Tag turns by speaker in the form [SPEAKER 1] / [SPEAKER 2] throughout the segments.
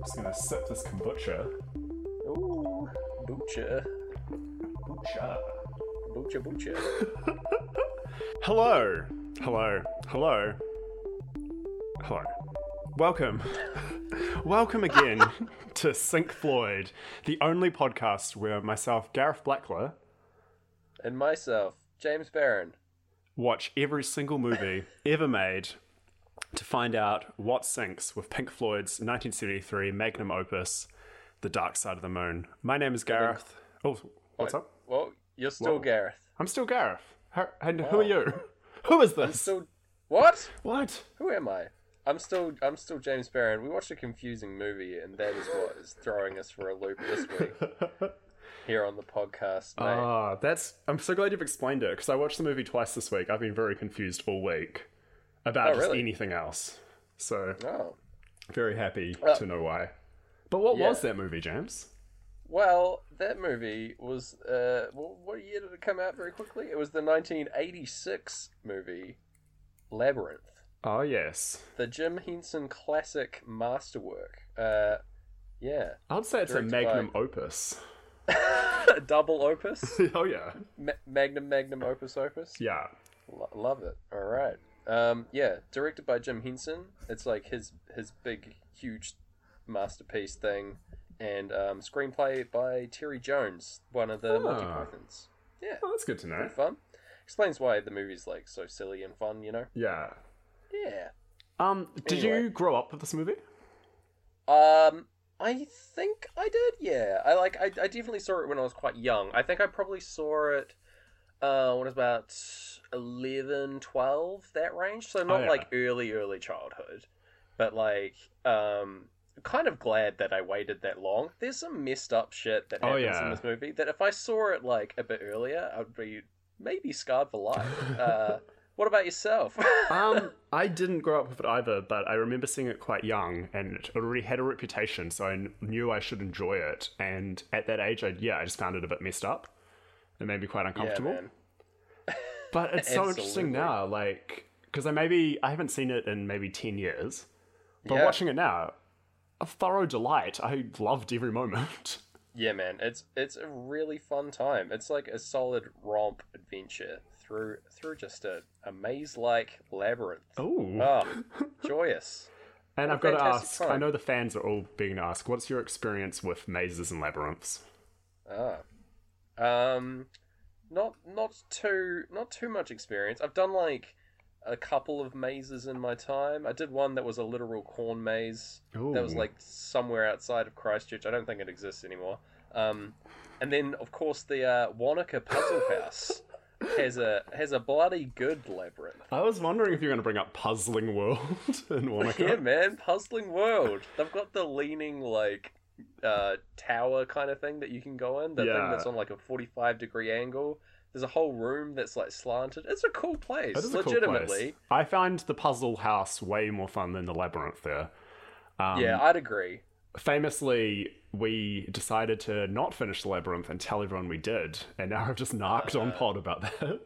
[SPEAKER 1] just gonna sip this kombucha.
[SPEAKER 2] Ooh, boocha,
[SPEAKER 1] Kombucha.
[SPEAKER 2] boocha, boocha.
[SPEAKER 1] Hello, hello, hello, hello. Welcome, welcome again to Sync Floyd, the only podcast where myself, Gareth Blackler,
[SPEAKER 2] and myself, James Barron.
[SPEAKER 1] watch every single movie ever made to find out what syncs with Pink Floyd's 1973 magnum opus, The Dark Side of the Moon. My name is Gareth. Oh, what's up?
[SPEAKER 2] Well, you're still
[SPEAKER 1] Whoa.
[SPEAKER 2] Gareth.
[SPEAKER 1] I'm still Gareth. How, and who are you? Who is this?
[SPEAKER 2] Still what?
[SPEAKER 1] what?
[SPEAKER 2] Who am I? I'm still I'm still James Barron. We watched a confusing movie, and that is what is throwing us for a loop this week here on the podcast, mate.
[SPEAKER 1] Ah, that's. I'm so glad you've explained it because I watched the movie twice this week. I've been very confused all week about
[SPEAKER 2] Oh,
[SPEAKER 1] just
[SPEAKER 2] really?
[SPEAKER 1] anything else. So
[SPEAKER 2] oh.
[SPEAKER 1] very happy
[SPEAKER 2] Uh.
[SPEAKER 1] to know why. But what was that movie, James?
[SPEAKER 2] Well, that movie was uh, wh- what year did it come out? Very quickly, it was the 1986 movie, Labyrinth.
[SPEAKER 1] Oh yes,
[SPEAKER 2] the Jim Henson classic masterwork. Uh, yeah,
[SPEAKER 1] I'd say it's a
[SPEAKER 2] Directed
[SPEAKER 1] magnum opus.
[SPEAKER 2] double opus,
[SPEAKER 1] oh yeah,
[SPEAKER 2] Ma- magnum magnum opus opus.
[SPEAKER 1] yeah.
[SPEAKER 2] Lo- love it. All right. Um, yeah, directed by Jim Henson. It's like his his big huge masterpiece thing, and um, screenplay by Terry Jones, one of the
[SPEAKER 1] Ah.
[SPEAKER 2] Monty Pythons. Yeah,
[SPEAKER 1] Oh, that's good to know.
[SPEAKER 2] pretty fun. Explains why the movie's like so silly and fun, you know?
[SPEAKER 1] Yeah.
[SPEAKER 2] Yeah.
[SPEAKER 1] Um, did you
[SPEAKER 2] Anyway.
[SPEAKER 1] grow up with this movie?
[SPEAKER 2] Um, I think I did. Yeah, I like. I, I definitely saw it when I was quite young. I think I probably saw it. Uh, when I was about 11, 12, that range. So not
[SPEAKER 1] Oh, yeah.
[SPEAKER 2] like early, early childhood, but like um, kind of glad that I waited that long. There's some messed up shit that
[SPEAKER 1] Oh,
[SPEAKER 2] happens
[SPEAKER 1] yeah.
[SPEAKER 2] in this movie that if I saw it like a bit earlier, I'd be maybe scarred for life. uh, what about yourself?
[SPEAKER 1] um, I didn't grow up with it either, but I remember seeing it quite young, and it already had a reputation, so I kn- knew I should enjoy it. And at that age, I yeah, I just found it a bit messed up. It made me quite
[SPEAKER 2] yeah,
[SPEAKER 1] uncomfortable.
[SPEAKER 2] man.
[SPEAKER 1] but it's so interesting
[SPEAKER 2] Absolutely.
[SPEAKER 1] now, like because I maybe I haven't seen it in maybe ten years, but
[SPEAKER 2] Yeah.
[SPEAKER 1] watching it now, a thorough delight. I loved every moment.
[SPEAKER 2] Yeah, man, it's it's a really fun time. It's like a solid romp adventure through through just a, a maze like labyrinth.
[SPEAKER 1] Oh,
[SPEAKER 2] Oh, joyous.
[SPEAKER 1] and
[SPEAKER 2] what a
[SPEAKER 1] I've got to
[SPEAKER 2] fantastic
[SPEAKER 1] ask. I
[SPEAKER 2] time.
[SPEAKER 1] know the fans are all being asked, what's your experience with mazes and labyrinths?
[SPEAKER 2] Ah. Um not not too not too much experience. I've done like a couple of mazes in my time. I did one that was a literal corn maze. That was
[SPEAKER 1] Ooh.
[SPEAKER 2] like somewhere outside of Christchurch. I don't think it exists anymore. Um, and then of course the uh, Wanaka Puzzle House has a has a bloody good labyrinth.
[SPEAKER 1] I was wondering if you were going to bring up Puzzling World in Wanaka.
[SPEAKER 2] Yeah, man, Puzzling World. They've got the leaning like uh, tower kind of thing that you can go in. The
[SPEAKER 1] Yeah.
[SPEAKER 2] thing that's on like a forty-five degree angle. There's a whole room that's like slanted. It's a cool place.
[SPEAKER 1] That is a cool
[SPEAKER 2] legitimately.
[SPEAKER 1] place. I find the puzzle house way more fun than the labyrinth there. Um,
[SPEAKER 2] yeah, I'd agree.
[SPEAKER 1] Famously, we decided to not finish the labyrinth and tell everyone we did, and now I've just narked on
[SPEAKER 2] Uh.
[SPEAKER 1] pod about that.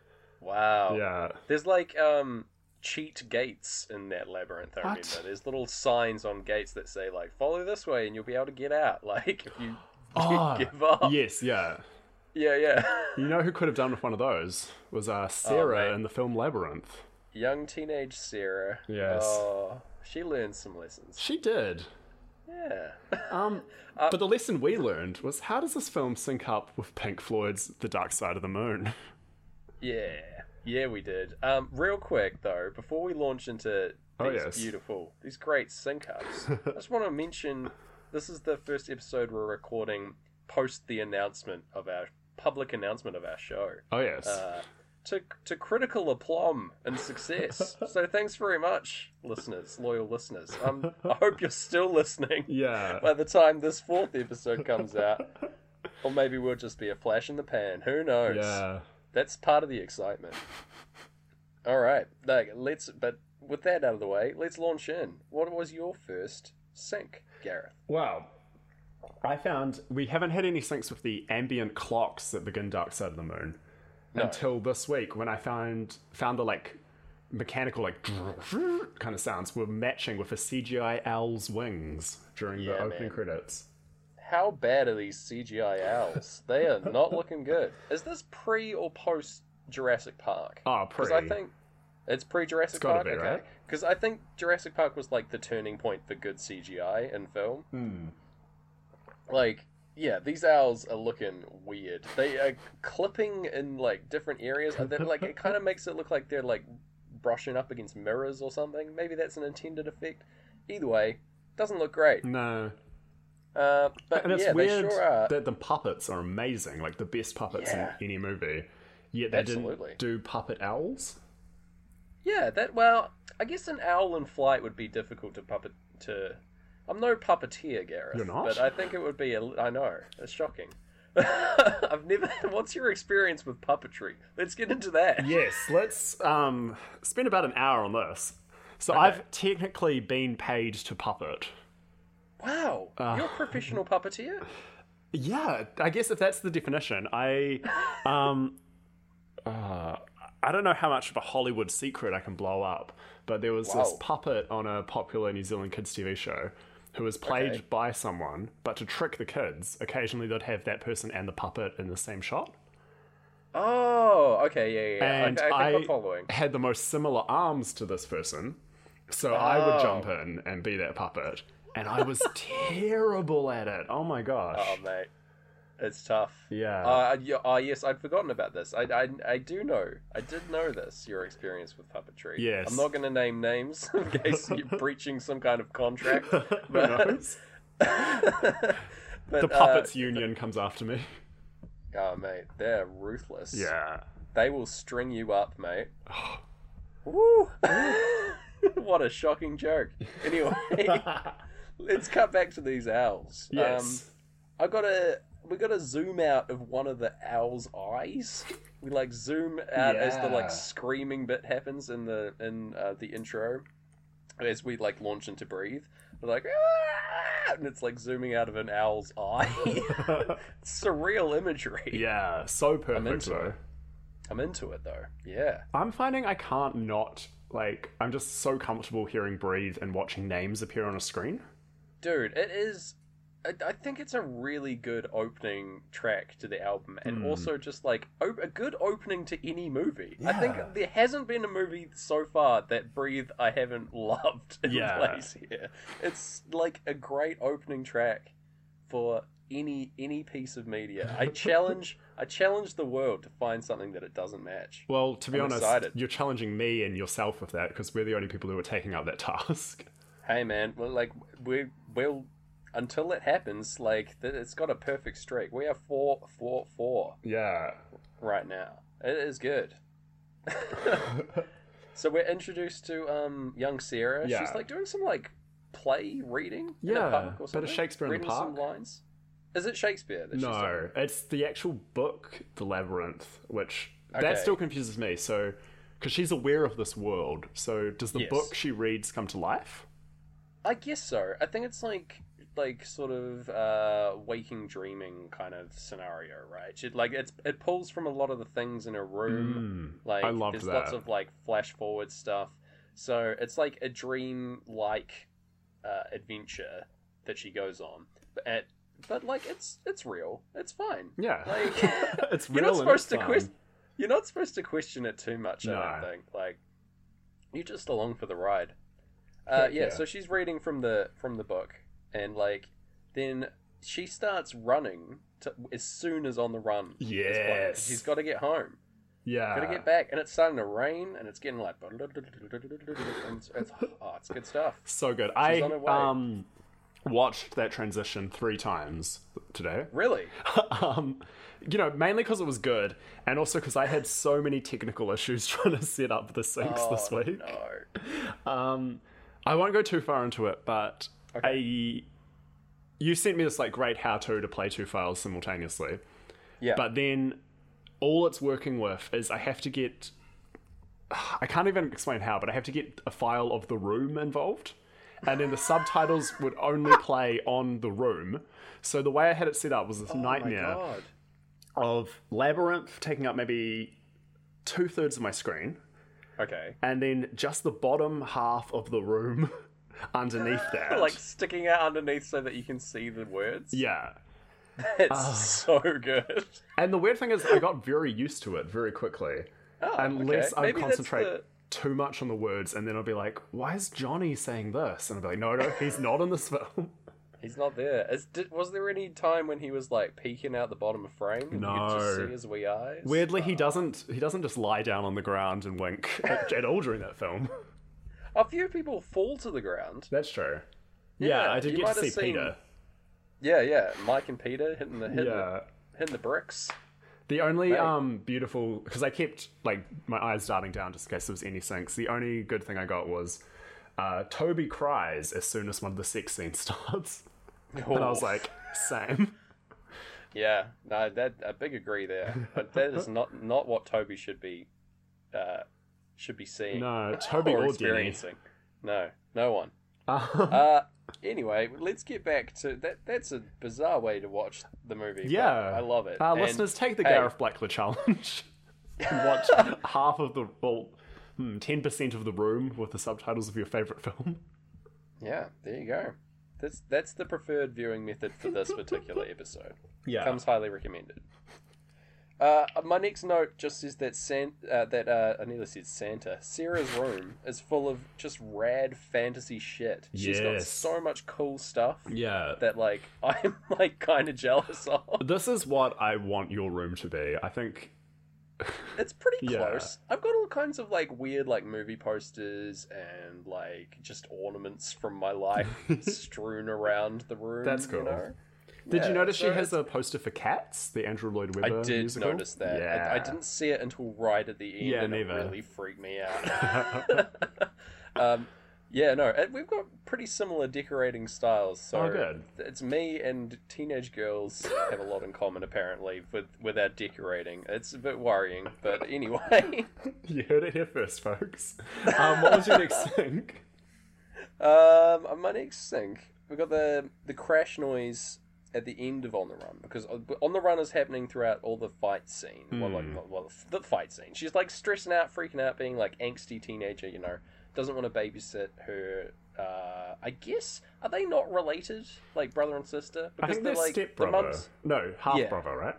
[SPEAKER 2] Wow.
[SPEAKER 1] yeah.
[SPEAKER 2] There's like um cheat gates in that labyrinth. I
[SPEAKER 1] What?
[SPEAKER 2] remember. There's little signs on gates that say like follow this way and you'll be able to get out. Like if you
[SPEAKER 1] Ah,
[SPEAKER 2] give up.
[SPEAKER 1] yes, yeah.
[SPEAKER 2] yeah yeah.
[SPEAKER 1] You know who could have done with one of those was uh, Sarah
[SPEAKER 2] mate.
[SPEAKER 1] in the film Labyrinth.
[SPEAKER 2] Young teenage Sarah.
[SPEAKER 1] Yes.
[SPEAKER 2] Oh, she learned some lessons.
[SPEAKER 1] She did.
[SPEAKER 2] Yeah. Uh,
[SPEAKER 1] Um, but the lesson we learned was how does this film sync up with Pink Floyd's The Dark Side of the Moon?
[SPEAKER 2] Yeah, yeah, we did. Um, real quick though, before we launch into
[SPEAKER 1] Oh,
[SPEAKER 2] these
[SPEAKER 1] yes.
[SPEAKER 2] beautiful, these great sync ups, I just want to mention this is the first episode we're recording post the announcement of our public announcement of our show.
[SPEAKER 1] Oh, yes.
[SPEAKER 2] Uh, to, to critical aplomb and success. so thanks very much, listeners, loyal listeners. Um, I hope you're still listening
[SPEAKER 1] yeah.
[SPEAKER 2] by the time this fourth episode comes out. Or maybe we'll just be a flash in the pan. Who knows?
[SPEAKER 1] Yeah.
[SPEAKER 2] That's part of the excitement. All right, like let's. But with that out of the way, let's launch in. What was your first sync, Gareth?
[SPEAKER 1] Wow. I found we haven't had any syncs with the ambient clocks that begin Dark Side of the Moon until this week when I found found the like mechanical like kind of sounds were matching with a CGI owl's wings during the
[SPEAKER 2] Yeah,
[SPEAKER 1] opening
[SPEAKER 2] man.
[SPEAKER 1] credits.
[SPEAKER 2] How bad are these CGI owls? they are not looking good. Is this pre or post Jurassic Park?
[SPEAKER 1] Oh,
[SPEAKER 2] Because
[SPEAKER 1] pretty.
[SPEAKER 2] I think it's pre Jurassic
[SPEAKER 1] It's gotta
[SPEAKER 2] Park.
[SPEAKER 1] be,
[SPEAKER 2] okay.
[SPEAKER 1] right?
[SPEAKER 2] Because I think Jurassic Park was like the turning point for good CGI in film.
[SPEAKER 1] Hmm.
[SPEAKER 2] Like, yeah, these owls are looking weird. They are clipping in like different areas, and then like it kind of makes it look like they're like brushing up against mirrors or something. Maybe that's an intended effect. Either way, doesn't look great.
[SPEAKER 1] No.
[SPEAKER 2] Uh, but
[SPEAKER 1] And it's
[SPEAKER 2] yeah,
[SPEAKER 1] weird
[SPEAKER 2] they sure are.
[SPEAKER 1] that the puppets are amazing, like the best puppets
[SPEAKER 2] Yeah.
[SPEAKER 1] in any movie. Yet they
[SPEAKER 2] Absolutely.
[SPEAKER 1] didn't do puppet owls.
[SPEAKER 2] Yeah, that well, I guess an owl in flight would be difficult to puppet to. I'm no puppeteer, Gareth.
[SPEAKER 1] You're not?
[SPEAKER 2] But I think it would be. A, I know. It's shocking. I've never. What's your experience with puppetry? Let's get into that.
[SPEAKER 1] Yes, let's um, spend about an hour on this. So I've technically been paid to puppet.
[SPEAKER 2] Wow, you're a
[SPEAKER 1] Ah.
[SPEAKER 2] professional puppeteer.
[SPEAKER 1] Yeah, I guess if that's the definition, I, um, uh, I don't know how much of a Hollywood secret I can blow up, but there was this
[SPEAKER 2] Wow.
[SPEAKER 1] puppet on a popular New Zealand kids TV show who was played
[SPEAKER 2] Okay.
[SPEAKER 1] by someone, but to trick the kids, occasionally they'd have that person and the puppet in the same shot.
[SPEAKER 2] Oh, okay, yeah, yeah. yeah.
[SPEAKER 1] And
[SPEAKER 2] okay, I
[SPEAKER 1] I,
[SPEAKER 2] think I'm following.
[SPEAKER 1] had the most similar arms to this person, so I would
[SPEAKER 2] Oh.
[SPEAKER 1] jump in and be that puppet, and I was terrible at it. Oh my gosh.
[SPEAKER 2] Oh mate, it's tough.
[SPEAKER 1] Yeah.
[SPEAKER 2] Uh, yeah. Oh yes, I'd forgotten about this. I, I, I do know. I did know this. Your experience with puppetry.
[SPEAKER 1] Yes.
[SPEAKER 2] I'm not going to name names in case you're breaching some kind of contract. uh,
[SPEAKER 1] Who knows?
[SPEAKER 2] But,
[SPEAKER 1] the puppets union comes after me.
[SPEAKER 2] Uh, oh mate, they're ruthless.
[SPEAKER 1] Yeah.
[SPEAKER 2] They will string you up, mate. Woo! what a shocking joke. Anyway, let's cut back to these owls. Um,
[SPEAKER 1] Yes.
[SPEAKER 2] I gotta we gotta zoom out of one of the owl's eyes. We like zoom out as the
[SPEAKER 1] Yeah.
[SPEAKER 2] like screaming bit happens in the in uh, the intro, as we like launch into breathe. We're like, "Ah!" and it's like zooming out of an owl's eye. Surreal imagery.
[SPEAKER 1] yeah. So perfect
[SPEAKER 2] Um, into
[SPEAKER 1] though.
[SPEAKER 2] I'm into it though. Yeah.
[SPEAKER 1] I'm finding I can't not like. I'm just so comfortable hearing breathe and watching names appear on a screen.
[SPEAKER 2] dude it is I, I think it's a really good opening track to the album and
[SPEAKER 1] Hmm.
[SPEAKER 2] also just like op- a good opening to any movie i think
[SPEAKER 1] Yeah.
[SPEAKER 2] there hasn't been a movie so far that breathe i haven't loved in
[SPEAKER 1] Yeah.
[SPEAKER 2] place here it's like a great opening track for any any piece of media i challenge i challenge the world to find something that it doesn't match
[SPEAKER 1] Well, to be
[SPEAKER 2] I'm
[SPEAKER 1] honest,
[SPEAKER 2] excited.
[SPEAKER 1] you're challenging me and yourself with that because we're the only people who are taking up that task.
[SPEAKER 2] hey man well like we will until it happens like th- it's got a perfect streak we are four four four
[SPEAKER 1] Yeah.
[SPEAKER 2] right now it is good so we're introduced to um young sarah
[SPEAKER 1] Yeah.
[SPEAKER 2] she's like doing some like play reading in
[SPEAKER 1] Yeah,
[SPEAKER 2] a park
[SPEAKER 1] bit
[SPEAKER 2] or
[SPEAKER 1] of
[SPEAKER 2] something
[SPEAKER 1] Shakespeare in the
[SPEAKER 2] reading some
[SPEAKER 1] park.
[SPEAKER 2] lines is it shakespeare that she's doing?
[SPEAKER 1] No, it's the actual book, The Labyrinth, which
[SPEAKER 2] Okay.
[SPEAKER 1] that still confuses me. So, because she's aware of this world, so does the
[SPEAKER 2] Yes.
[SPEAKER 1] book she reads come to life?
[SPEAKER 2] i guess so i think it's like like sort of uh waking dreaming kind of scenario right she, like it's it pulls from a lot of the things in her room Like
[SPEAKER 1] I loved
[SPEAKER 2] there's
[SPEAKER 1] that.
[SPEAKER 2] lots of like flash forward stuff. So it's like a dream like uh, adventure that she goes on. But at, but like it's it's real. It's fine.
[SPEAKER 1] Yeah.
[SPEAKER 2] Like
[SPEAKER 1] it's
[SPEAKER 2] you're
[SPEAKER 1] real.
[SPEAKER 2] not
[SPEAKER 1] and
[SPEAKER 2] supposed
[SPEAKER 1] it's
[SPEAKER 2] to
[SPEAKER 1] fun.
[SPEAKER 2] question you're not supposed to question it too much, I
[SPEAKER 1] No.
[SPEAKER 2] don't think. Like you're just along for the ride. Uh,
[SPEAKER 1] Heck
[SPEAKER 2] yeah,
[SPEAKER 1] yeah.
[SPEAKER 2] so she's reading from the from the book and like then she starts running to, as soon as on the run. is played.
[SPEAKER 1] Yes.
[SPEAKER 2] She's got to get home.
[SPEAKER 1] Yeah.
[SPEAKER 2] Gotta get back, and it's starting to rain, and it's getting like, and it's, it's, oh, it's good stuff.
[SPEAKER 1] So good. I
[SPEAKER 2] on her way.
[SPEAKER 1] um watched that transition three times today.
[SPEAKER 2] Really?
[SPEAKER 1] um, you know, mainly because it was good, and also because I had so many technical issues trying to set up the syncs this
[SPEAKER 2] Oh,
[SPEAKER 1] week.
[SPEAKER 2] No.
[SPEAKER 1] Um, I won't go too far into it, but I you sent me this like great how to to play two files simultaneously,
[SPEAKER 2] Yeah.
[SPEAKER 1] but then all it's working with is I have to get I can't even explain how, but I have to get a file of the room involved. And then the subtitles would only play on the room. So the way I had it set up was this
[SPEAKER 2] Oh my
[SPEAKER 1] nightmare
[SPEAKER 2] God.
[SPEAKER 1] of Labyrinth taking up maybe two thirds of my screen,
[SPEAKER 2] Okay.
[SPEAKER 1] and then just the bottom half of the room underneath that.
[SPEAKER 2] like sticking out underneath so that you can see the words.
[SPEAKER 1] yeah. Ah.
[SPEAKER 2] It's so good.
[SPEAKER 1] And the weird thing is, I got very used to it very quickly.
[SPEAKER 2] Oh,
[SPEAKER 1] Unless
[SPEAKER 2] okay.
[SPEAKER 1] I
[SPEAKER 2] Maybe that's
[SPEAKER 1] concentrate
[SPEAKER 2] the-
[SPEAKER 1] too much on the words, and then I'll be like, "Why is Johnny saying this?" And I'll be like, "No, no, he's not in this film."
[SPEAKER 2] He's not there. Is, did, was there any time when he was like peeking out the bottom of frame? And You could just
[SPEAKER 1] No.
[SPEAKER 2] see his wee eyes.
[SPEAKER 1] Weirdly, he doesn't. He doesn't just lie down on the ground and wink at, at all during that film.
[SPEAKER 2] A few people fall to the ground.
[SPEAKER 1] That's true. Yeah,
[SPEAKER 2] Yeah,
[SPEAKER 1] I did
[SPEAKER 2] you
[SPEAKER 1] get
[SPEAKER 2] might
[SPEAKER 1] to see
[SPEAKER 2] have seen-
[SPEAKER 1] Peter.
[SPEAKER 2] Yeah, yeah. Mike and Peter hitting the hitting,
[SPEAKER 1] Yeah.
[SPEAKER 2] the, hitting the bricks.
[SPEAKER 1] The only
[SPEAKER 2] Right.
[SPEAKER 1] um beautiful because I kept like my eyes darting down just in case there was any sinks. The only good thing I got was uh, Toby cries as soon as one of the sex scenes starts, and I was
[SPEAKER 2] Oh.
[SPEAKER 1] like, same.
[SPEAKER 2] Yeah, no, that a big agree there. But that is not not what Toby should be, uh, should be seeing
[SPEAKER 1] No, Toby
[SPEAKER 2] or
[SPEAKER 1] or Denny.
[SPEAKER 2] experiencing. No, no one.
[SPEAKER 1] Uh,
[SPEAKER 2] Uh, anyway, let's get back to that. That's a bizarre way to watch the movie. but
[SPEAKER 1] yeah,
[SPEAKER 2] I love it.
[SPEAKER 1] Uh,
[SPEAKER 2] And-
[SPEAKER 1] listeners, take the
[SPEAKER 2] hey.
[SPEAKER 1] Gareth Blackler challenge and watch half of the well, hmm, ten percent of the room with the subtitles of your favorite film.
[SPEAKER 2] Yeah, there you go. That's that's the preferred viewing method for this particular episode.
[SPEAKER 1] Yeah,
[SPEAKER 2] Comes highly recommended. Uh, my next note just says that San- uh, that uh, I nearly said Santa. Sarah's room is full of just rad fantasy shit. She's got
[SPEAKER 1] Yes.
[SPEAKER 2] so much cool stuff
[SPEAKER 1] yeah.
[SPEAKER 2] that like I'm like kind of jealous of.
[SPEAKER 1] This is what I want your room to be. I think
[SPEAKER 2] It's pretty
[SPEAKER 1] Yeah.
[SPEAKER 2] close. I've got all kinds of like weird like movie posters and like just ornaments from my life strewn around the room.
[SPEAKER 1] That's
[SPEAKER 2] You
[SPEAKER 1] cool.
[SPEAKER 2] know?
[SPEAKER 1] Did
[SPEAKER 2] Yeah,
[SPEAKER 1] you notice
[SPEAKER 2] so
[SPEAKER 1] she has
[SPEAKER 2] it's-
[SPEAKER 1] a poster for Cats, the Andrew Lloyd
[SPEAKER 2] I
[SPEAKER 1] Webber
[SPEAKER 2] did
[SPEAKER 1] musical?
[SPEAKER 2] notice that.
[SPEAKER 1] Yeah.
[SPEAKER 2] I, I didn't see it until right at the end,
[SPEAKER 1] Yeah,
[SPEAKER 2] and
[SPEAKER 1] neither.
[SPEAKER 2] it really freaked me out. um, yeah, no, and we've got pretty similar decorating styles. So
[SPEAKER 1] Oh, good.
[SPEAKER 2] It's me and teenage girls have a lot in common, apparently, with with our decorating. It's a bit worrying, but anyway.
[SPEAKER 1] You heard it here first, folks. Um, what was your next thing?
[SPEAKER 2] Um, on my next thing, we got the the crash noise at the end of On the Run because On On the Run is happening throughout all the fight scene. Well,
[SPEAKER 1] Hmm.
[SPEAKER 2] like not- well, the fight scene. She's like stressing out, freaking out, being like angsty teenager. You know, doesn't want to babysit her. Uh, I guess are they not related, like brother and sister?
[SPEAKER 1] I think they're
[SPEAKER 2] like
[SPEAKER 1] step
[SPEAKER 2] the
[SPEAKER 1] brother.
[SPEAKER 2] mums.
[SPEAKER 1] No, half brother, right?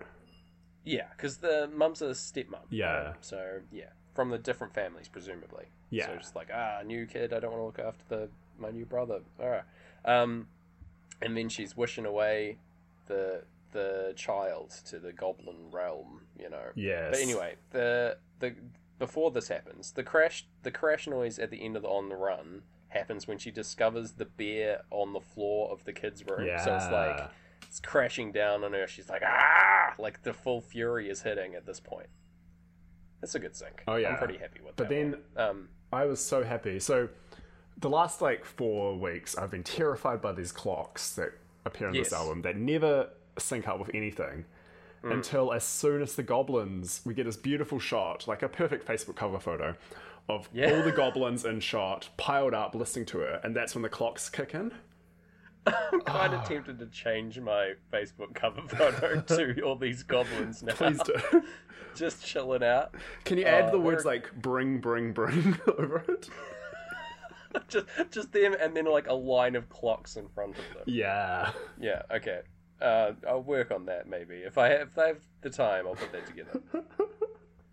[SPEAKER 2] Yeah, because the mum's a stepmum.
[SPEAKER 1] Yeah.
[SPEAKER 2] So yeah, from the different families, presumably.
[SPEAKER 1] Yeah.
[SPEAKER 2] So just like ah, new kid, I don't want to look after the my new brother. All right. Um, and then she's wishing away the the child to the goblin realm. You know.
[SPEAKER 1] Yes.
[SPEAKER 2] But anyway, the the before this happens, the crash the crash noise at the end of the on the run happens when she discovers the bear on the floor of the kids' room. So it's like
[SPEAKER 1] Yeah.
[SPEAKER 2] it's crashing down on her. She's like, ah, like the full fury is hitting at this point. That's a good sync.
[SPEAKER 1] Oh, yeah.
[SPEAKER 2] I'm pretty happy with
[SPEAKER 1] But
[SPEAKER 2] that.
[SPEAKER 1] then
[SPEAKER 2] one. um,
[SPEAKER 1] I was so happy. So the last like four weeks, I've been terrified by these clocks that appear in
[SPEAKER 2] Yes.
[SPEAKER 1] this album that never sync up with anything.
[SPEAKER 2] Mm.
[SPEAKER 1] Until as soon as the goblins, we get this beautiful shot, like a perfect Facebook cover photo, of
[SPEAKER 2] Yeah.
[SPEAKER 1] all the goblins in shot piled up listening to her, and that's when the clocks kick in.
[SPEAKER 2] I'm kind of tempted to change my Facebook cover photo to all these goblins now.
[SPEAKER 1] Please do.
[SPEAKER 2] Just chilling out.
[SPEAKER 1] Can you add
[SPEAKER 2] Uh,
[SPEAKER 1] the words
[SPEAKER 2] we're-
[SPEAKER 1] like bring, bring, bring over it?
[SPEAKER 2] just, just them, and then like a line of clocks in front of them.
[SPEAKER 1] Yeah.
[SPEAKER 2] Yeah, okay. Uh, I'll work on that maybe. If I have, if I have the time, I'll put that together.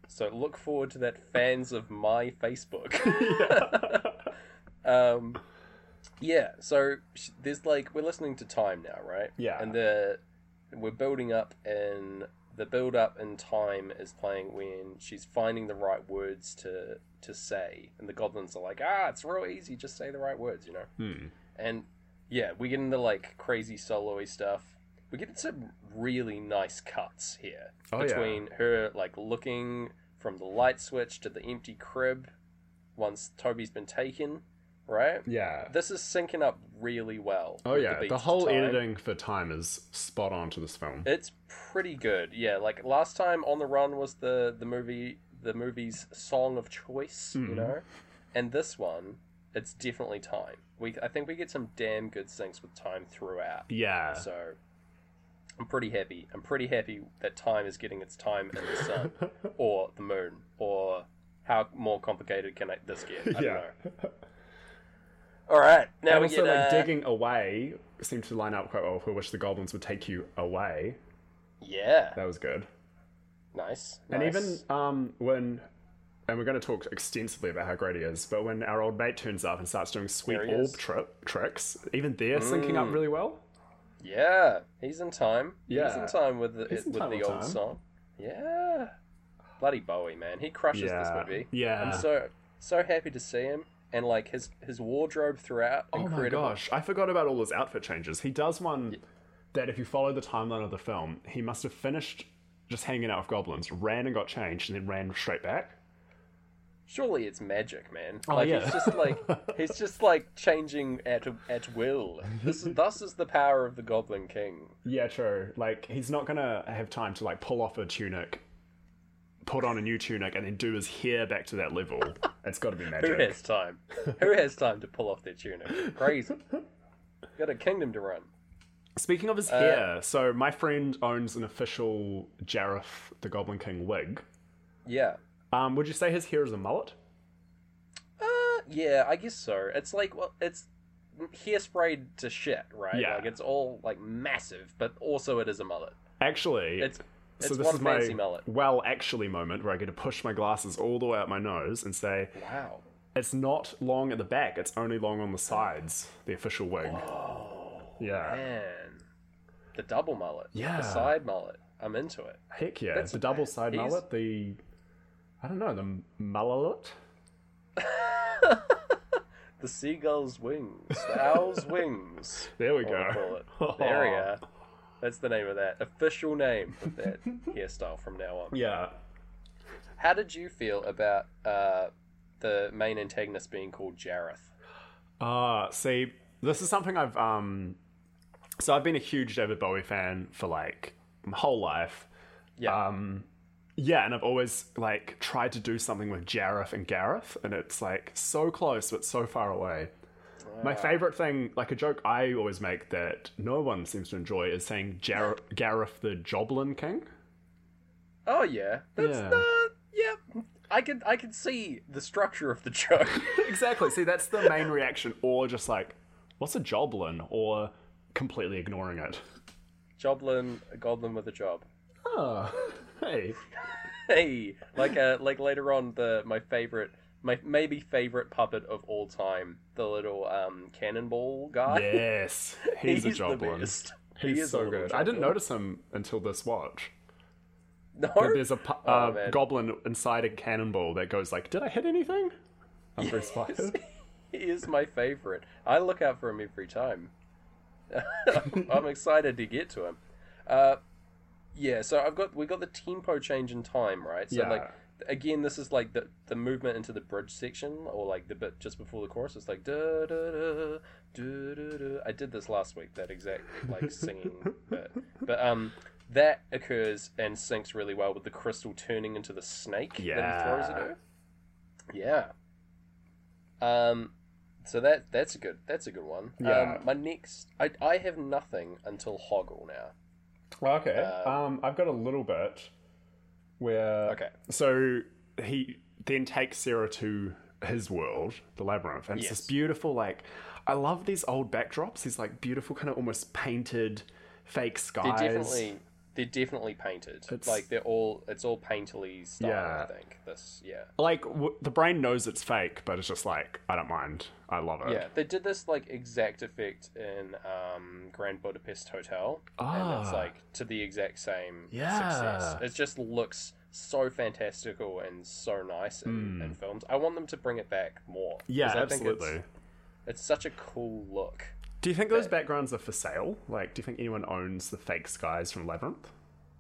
[SPEAKER 2] so look forward to that, fans of my Facebook. um, yeah. So sh- there's like we're listening to time now, right?
[SPEAKER 1] Yeah.
[SPEAKER 2] And the we're building up in the build up in time is playing when she's finding the right words to to say, and the goblins are like, ah, it's real easy, just say the right words, you know.
[SPEAKER 1] Hmm.
[SPEAKER 2] And yeah, we get into like crazy solo-y stuff. We get some really nice cuts here
[SPEAKER 1] Oh, yeah.
[SPEAKER 2] between her like looking from the light switch to the empty crib once Toby's been taken, right?
[SPEAKER 1] Yeah.
[SPEAKER 2] This is syncing up really well.
[SPEAKER 1] Oh
[SPEAKER 2] with
[SPEAKER 1] yeah. The,
[SPEAKER 2] beats to
[SPEAKER 1] whole
[SPEAKER 2] time.
[SPEAKER 1] editing for time is spot on to this film.
[SPEAKER 2] It's pretty good. Yeah, like last time on the run was the the movie the movie's song of choice, you
[SPEAKER 1] Mhm.
[SPEAKER 2] know, and this one it's definitely time. We I think we get some damn good syncs with time throughout.
[SPEAKER 1] yeah.
[SPEAKER 2] So I'm pretty happy. I'm pretty happy that time is getting its time in the sun or the moon or how more complicated can I, this get?
[SPEAKER 1] Yeah.
[SPEAKER 2] I don't know. All right, now
[SPEAKER 1] and
[SPEAKER 2] we
[SPEAKER 1] also,
[SPEAKER 2] get
[SPEAKER 1] like
[SPEAKER 2] uh,
[SPEAKER 1] digging away seemed to line up quite well for which the goblins would take you away.
[SPEAKER 2] Yeah,
[SPEAKER 1] That was good.
[SPEAKER 2] nice.
[SPEAKER 1] And
[SPEAKER 2] nice.
[SPEAKER 1] even um, when, and we're going to talk extensively about how great he is, but when our old mate turns up and starts doing sweet
[SPEAKER 2] There he
[SPEAKER 1] orb
[SPEAKER 2] is. Mm.
[SPEAKER 1] tri- tricks, even they're syncing up really well.
[SPEAKER 2] yeah, he's in time. he's
[SPEAKER 1] Yeah.
[SPEAKER 2] in time with the
[SPEAKER 1] He's in
[SPEAKER 2] with
[SPEAKER 1] time
[SPEAKER 2] the
[SPEAKER 1] on
[SPEAKER 2] old
[SPEAKER 1] time.
[SPEAKER 2] song. Yeah, bloody Bowie, man, he crushes
[SPEAKER 1] Yeah.
[SPEAKER 2] this movie.
[SPEAKER 1] Yeah.
[SPEAKER 2] I'm so so happy to see him and like his his wardrobe throughout.
[SPEAKER 1] Oh my
[SPEAKER 2] incredible.
[SPEAKER 1] gosh, I forgot about all his outfit changes. He does one that, if you follow the timeline of the film, he must have finished just hanging out with goblins, ran and got changed, and then ran straight back.
[SPEAKER 2] Surely it's magic, man. like
[SPEAKER 1] Oh, yeah.
[SPEAKER 2] he's just like he's just like changing at at will. This is, thus is the power of the Goblin King.
[SPEAKER 1] Yeah, true. Like he's not gonna have time to like pull off a tunic, put on a new tunic, and then do his hair back to that level. it's got to be
[SPEAKER 2] Who
[SPEAKER 1] magic.
[SPEAKER 2] has time? Who has time to pull off their tunic? Crazy. Got a kingdom to run.
[SPEAKER 1] Speaking of his
[SPEAKER 2] Uh,
[SPEAKER 1] hair, so my friend owns an official Jareth the Goblin King wig.
[SPEAKER 2] Yeah.
[SPEAKER 1] Um, would you say his hair is a mullet?
[SPEAKER 2] Uh, yeah, I guess so. It's like well, it's hairsprayed to shit, right?
[SPEAKER 1] Yeah.
[SPEAKER 2] Like it's all like massive, but also it is a mullet.
[SPEAKER 1] Actually,
[SPEAKER 2] It's it's
[SPEAKER 1] so this
[SPEAKER 2] one
[SPEAKER 1] is my
[SPEAKER 2] fancy mullet.
[SPEAKER 1] well actually moment where I get to push my glasses all the way up my nose and say
[SPEAKER 2] Wow.
[SPEAKER 1] it's not long at the back; it's only long on the sides. The official wig. yeah.
[SPEAKER 2] Man. The double mullet.
[SPEAKER 1] Yeah.
[SPEAKER 2] The side mullet. I'm into it.
[SPEAKER 1] Heck yeah,
[SPEAKER 2] That's
[SPEAKER 1] the double side
[SPEAKER 2] he's-
[SPEAKER 1] mullet, the I don't know, the mullet.
[SPEAKER 2] The seagull's wings. The owl's wings.
[SPEAKER 1] There we
[SPEAKER 2] I wanna
[SPEAKER 1] go.
[SPEAKER 2] call it. Oh, There we are. That's the name of that. Official name of that hairstyle from now on.
[SPEAKER 1] Yeah.
[SPEAKER 2] How did you feel about uh, the main antagonist being called Jareth?
[SPEAKER 1] Uh see, this is something I've um so I've been a huge David Bowie fan for like my whole life.
[SPEAKER 2] Yeah.
[SPEAKER 1] Um yeah, and I've always like tried to do something with Jareth and Gareth, and it's like so close but so far away. My favorite thing, like a joke I always make that no one seems to enjoy, is saying Jar- Gareth the Joblin King.
[SPEAKER 2] Oh yeah, that's
[SPEAKER 1] Yeah.
[SPEAKER 2] yeah. yeah. I could I could see the structure of the joke.
[SPEAKER 1] exactly. See, that's the main reaction, or just like, what's a joblin, or completely ignoring it.
[SPEAKER 2] Joblin, a goblin with a job. Ah,
[SPEAKER 1] Oh, hey,
[SPEAKER 2] Hey, like uh, like later on the my favorite. My maybe favorite puppet of all time, the little um, cannonball guy.
[SPEAKER 1] yes, he's, a
[SPEAKER 2] the
[SPEAKER 1] joblin.
[SPEAKER 2] best. He
[SPEAKER 1] He's
[SPEAKER 2] is a
[SPEAKER 1] so
[SPEAKER 2] little
[SPEAKER 1] good. I didn't
[SPEAKER 2] joblin.
[SPEAKER 1] notice him until this watch.
[SPEAKER 2] No,
[SPEAKER 1] But there's a pu-
[SPEAKER 2] Oh,
[SPEAKER 1] uh,
[SPEAKER 2] man.
[SPEAKER 1] goblin inside a cannonball that goes like, "Did I hit anything?" I'm very spotted.
[SPEAKER 2] he is my favorite. I look out for him every time. I'm excited to get to him. Uh, yeah, so I've got we got the tempo change in time, right? So
[SPEAKER 1] Yeah.
[SPEAKER 2] like again, this is like the the movement into the bridge section or like the bit just before the chorus. It's like da da da da da da. I did this last week. That exact like singing bit, but um. That occurs and syncs really well with the crystal turning into the snake that he throws
[SPEAKER 1] Yeah.
[SPEAKER 2] at her. Yeah. Um, so that that's a good that's a good one.
[SPEAKER 1] Yeah.
[SPEAKER 2] Um, my next, I I have nothing until Hoggle now.
[SPEAKER 1] Well, okay. um, I've got a little bit where.
[SPEAKER 2] Uh, Okay.
[SPEAKER 1] So he then takes Sarah to his world, the labyrinth, and it's this
[SPEAKER 2] Yes.
[SPEAKER 1] beautiful, like, I love these old backdrops. These like beautiful, kind of almost painted, fake
[SPEAKER 2] They're
[SPEAKER 1] skies.
[SPEAKER 2] definitely they're definitely painted.
[SPEAKER 1] It's-
[SPEAKER 2] like they're all it's all painterly style.
[SPEAKER 1] Yeah.
[SPEAKER 2] I think this. Yeah.
[SPEAKER 1] Like w- the brain knows it's fake, but it's just like I don't mind. I love it.
[SPEAKER 2] Yeah, they did this like exact effect in um, Grand Budapest Hotel, and
[SPEAKER 1] Ah.
[SPEAKER 2] it's like to the exact same
[SPEAKER 1] Yeah.
[SPEAKER 2] success. It just looks so fantastical and so nice in, in films. I want them to bring it back more. 'cause
[SPEAKER 1] Hmm. Yeah,
[SPEAKER 2] I think it's-
[SPEAKER 1] absolutely.
[SPEAKER 2] It's such a cool look.
[SPEAKER 1] Do you think those backgrounds are for sale? Like, do you think anyone owns the fake skies from Labyrinth?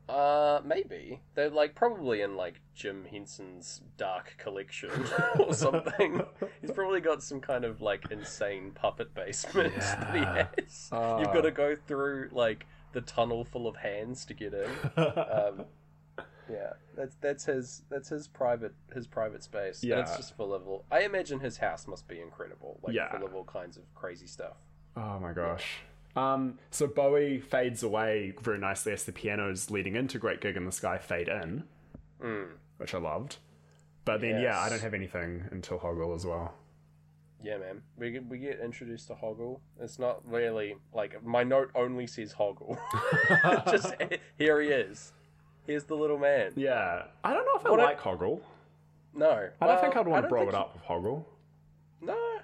[SPEAKER 2] Uh, maybe they're like probably in like Jim Henson's dark collection or something. He's probably got some kind of like insane puppet basements that he
[SPEAKER 1] Yeah.
[SPEAKER 2] has. You've got to go through like the tunnel full of hands to get in. Um, yeah, that's that's his that's his private his private space. and
[SPEAKER 1] Yeah.
[SPEAKER 2] it's just full of all. I imagine his house must be incredible. Like
[SPEAKER 1] Yeah.
[SPEAKER 2] full of all kinds of crazy stuff.
[SPEAKER 1] Oh my gosh. Um, so Bowie fades away very nicely as the pianos leading into Great Gig in the Sky fade in, Mm. which I loved. But then, yeah, I
[SPEAKER 2] Yes.
[SPEAKER 1] don't have anything until Hoggle as well.
[SPEAKER 2] Yeah, man. We get, we get introduced to Hoggle. It's not really like my note only says Hoggle. Just here he is. Here's the little man.
[SPEAKER 1] Yeah. I don't know if I
[SPEAKER 2] What I-
[SPEAKER 1] like Hoggle.
[SPEAKER 2] No,
[SPEAKER 1] I
[SPEAKER 2] well,
[SPEAKER 1] don't think I'd want to
[SPEAKER 2] don't
[SPEAKER 1] bro
[SPEAKER 2] think
[SPEAKER 1] it
[SPEAKER 2] he-
[SPEAKER 1] up with Hoggle.
[SPEAKER 2] No,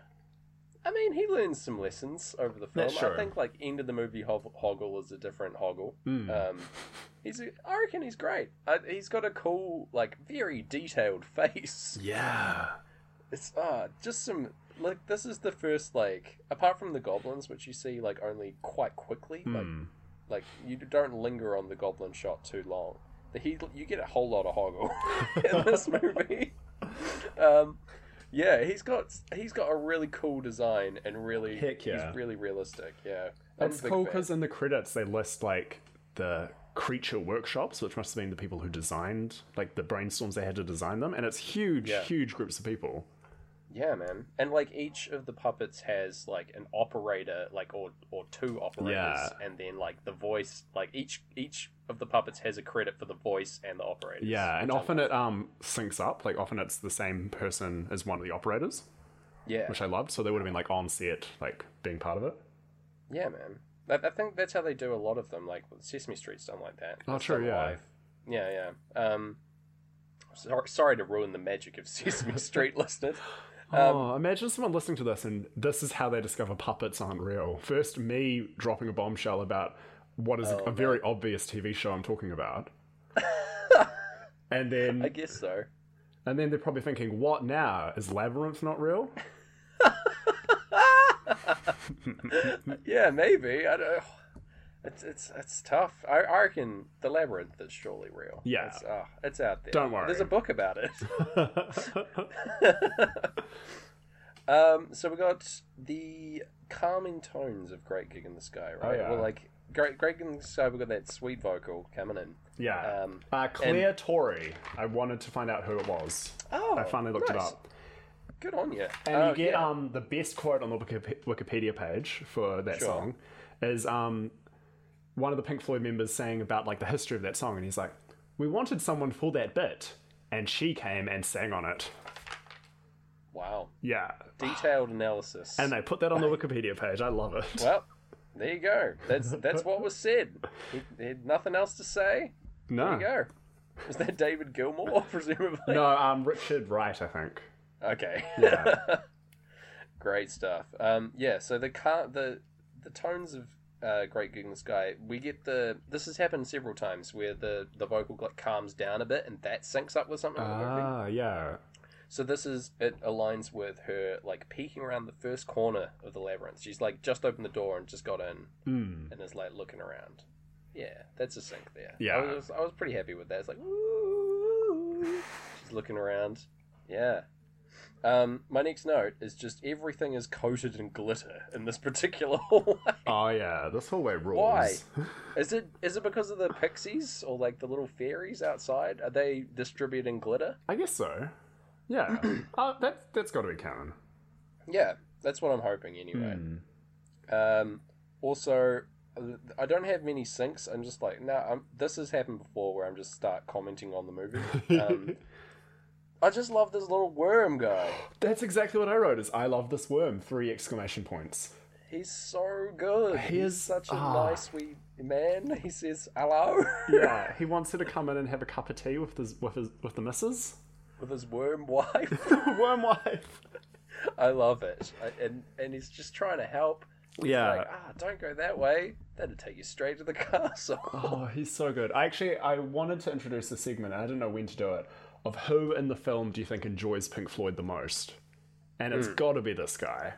[SPEAKER 2] I mean he learns some lessons over the film.
[SPEAKER 1] That's true.
[SPEAKER 2] I think like end of the movie Hog- Hoggle is a different Hoggle.
[SPEAKER 1] Mm.
[SPEAKER 2] Um, he's a, I reckon he's great. I, he's got a cool like very detailed face.
[SPEAKER 1] Yeah.
[SPEAKER 2] It's uh just some like this is the first like apart from the goblins which you see like only quite quickly like
[SPEAKER 1] Mm.
[SPEAKER 2] like you don't linger on the goblin shot too long. The he you get a whole lot of hoggle in this movie. Um, yeah, he's got he's got a really cool design and really
[SPEAKER 1] Heck yeah.
[SPEAKER 2] he's really realistic. Yeah, I'm a
[SPEAKER 1] That's
[SPEAKER 2] big
[SPEAKER 1] cool
[SPEAKER 2] fan.
[SPEAKER 1] because in the credits they list like the creature workshops, which must have been the people who designed like the brainstorms they had to design them, and it's huge,
[SPEAKER 2] Yeah.
[SPEAKER 1] huge groups of people.
[SPEAKER 2] yeah, man, and like each of the puppets has like an operator, like or or two operators,
[SPEAKER 1] Yeah.
[SPEAKER 2] and then like the voice. Like each each of the puppets has a credit for the voice and the operators.
[SPEAKER 1] Yeah, and
[SPEAKER 2] which I
[SPEAKER 1] often
[SPEAKER 2] love.
[SPEAKER 1] it um syncs up. Like often it's the same person as one of the operators,
[SPEAKER 2] yeah,
[SPEAKER 1] which I loved. So they would have been like on set, like being part of it.
[SPEAKER 2] Yeah, man. I, I think that's how they do a lot of them. Like Sesame Street's done like that.
[SPEAKER 1] Oh,
[SPEAKER 2] It's
[SPEAKER 1] true,
[SPEAKER 2] done
[SPEAKER 1] yeah.
[SPEAKER 2] Yeah, yeah. Um, sorry, sorry to ruin the magic of Sesame Street, listeners.
[SPEAKER 1] oh, imagine someone listening to this and this is how they discover puppets aren't real. First, me dropping a bombshell about what
[SPEAKER 2] Oh,
[SPEAKER 1] is a- a, very obvious TV show I'm talking about. and then
[SPEAKER 2] I guess so.
[SPEAKER 1] And then they're probably thinking, what now? Is Labyrinth not real? Hmm.
[SPEAKER 2] Yeah, maybe. I don't. It's it's it's tough. I, I reckon the labyrinth is surely real.
[SPEAKER 1] Yeah.
[SPEAKER 2] it's, oh, it's out there.
[SPEAKER 1] Don't worry.
[SPEAKER 2] There's a book about it. Um, so we got the calming tones of Great Gig in the Sky, right?
[SPEAKER 1] Oh, yeah.
[SPEAKER 2] Well, like Great Great Gig in the Sky, we got that sweet vocal coming in.
[SPEAKER 1] yeah.
[SPEAKER 2] Um,
[SPEAKER 1] uh, Claire Torrey. I wanted to find out who it was.
[SPEAKER 2] Oh,
[SPEAKER 1] I finally looked
[SPEAKER 2] nice.
[SPEAKER 1] it up.
[SPEAKER 2] Good on you.
[SPEAKER 1] And
[SPEAKER 2] Oh,
[SPEAKER 1] you get
[SPEAKER 2] yeah.
[SPEAKER 1] um, the best quote on the Wikip- Wikipedia page for that
[SPEAKER 2] Sure.
[SPEAKER 1] song is um, one of the Pink Floyd members saying about like the history of that song, and he's like, "We wanted someone for that bit, and she came and sang on it."
[SPEAKER 2] wow
[SPEAKER 1] Yeah,
[SPEAKER 2] detailed analysis.
[SPEAKER 1] and they put that on the Wikipedia page. I love it.
[SPEAKER 2] well, there you go. That's that's what was said. He, he had nothing else to say.
[SPEAKER 1] no,
[SPEAKER 2] There you go. Was that David Gilmour, presumably?
[SPEAKER 1] no, um, Richard Wright, I think.
[SPEAKER 2] Okay.
[SPEAKER 1] Yeah.
[SPEAKER 2] Great stuff. Um, yeah. So the car, the the tones of uh, Great Gig in the Sky, we get the. This has happened several times where the the vocal like calms down a bit, and that syncs up with something. in the movie.
[SPEAKER 1] Ah, yeah.
[SPEAKER 2] So this is it aligns with her like peeking around the first corner of the labyrinth. She's like just opened the door and just got in
[SPEAKER 1] Mm.
[SPEAKER 2] and is like looking around. Yeah, that's a sync there.
[SPEAKER 1] Yeah.
[SPEAKER 2] I was, I was pretty happy with that. It's like "Ooh." she's looking around. Yeah. Um, my next note is just everything is coated in glitter in this particular hallway.
[SPEAKER 1] Oh yeah, this hallway rules.
[SPEAKER 2] Why? Is it is it because of the pixies or like the little fairies outside? Are they distributing glitter?
[SPEAKER 1] I guess so. Yeah, uh, that that's got to be canon. Hmm.
[SPEAKER 2] Yeah, that's what I'm hoping anyway. Um, also, I don't have many syncs. I'm just like, no, I'm, this has happened before where I'm just start commenting on the movie. Um, I just love this little worm guy.
[SPEAKER 1] That's exactly what I wrote. Is I love this worm. Three exclamation points.
[SPEAKER 2] He's so good.
[SPEAKER 1] He
[SPEAKER 2] He's
[SPEAKER 1] is-
[SPEAKER 2] such a
[SPEAKER 1] ah.
[SPEAKER 2] nice, sweet man. He says hello
[SPEAKER 1] Yeah, he wants her to come in and have a cup of tea with his with his with the missus.
[SPEAKER 2] with his worm wife.
[SPEAKER 1] worm wife.
[SPEAKER 2] I love it. I, and and he's just trying to help.
[SPEAKER 1] Yeah.
[SPEAKER 2] Like, ah, don't go that way. That'll take you straight to the castle.
[SPEAKER 1] Oh, he's so good. I actually I wanted to introduce a segment. and I didn't know when to do it. Of who in the film do you think enjoys Pink Floyd the most? And it's got to be this guy.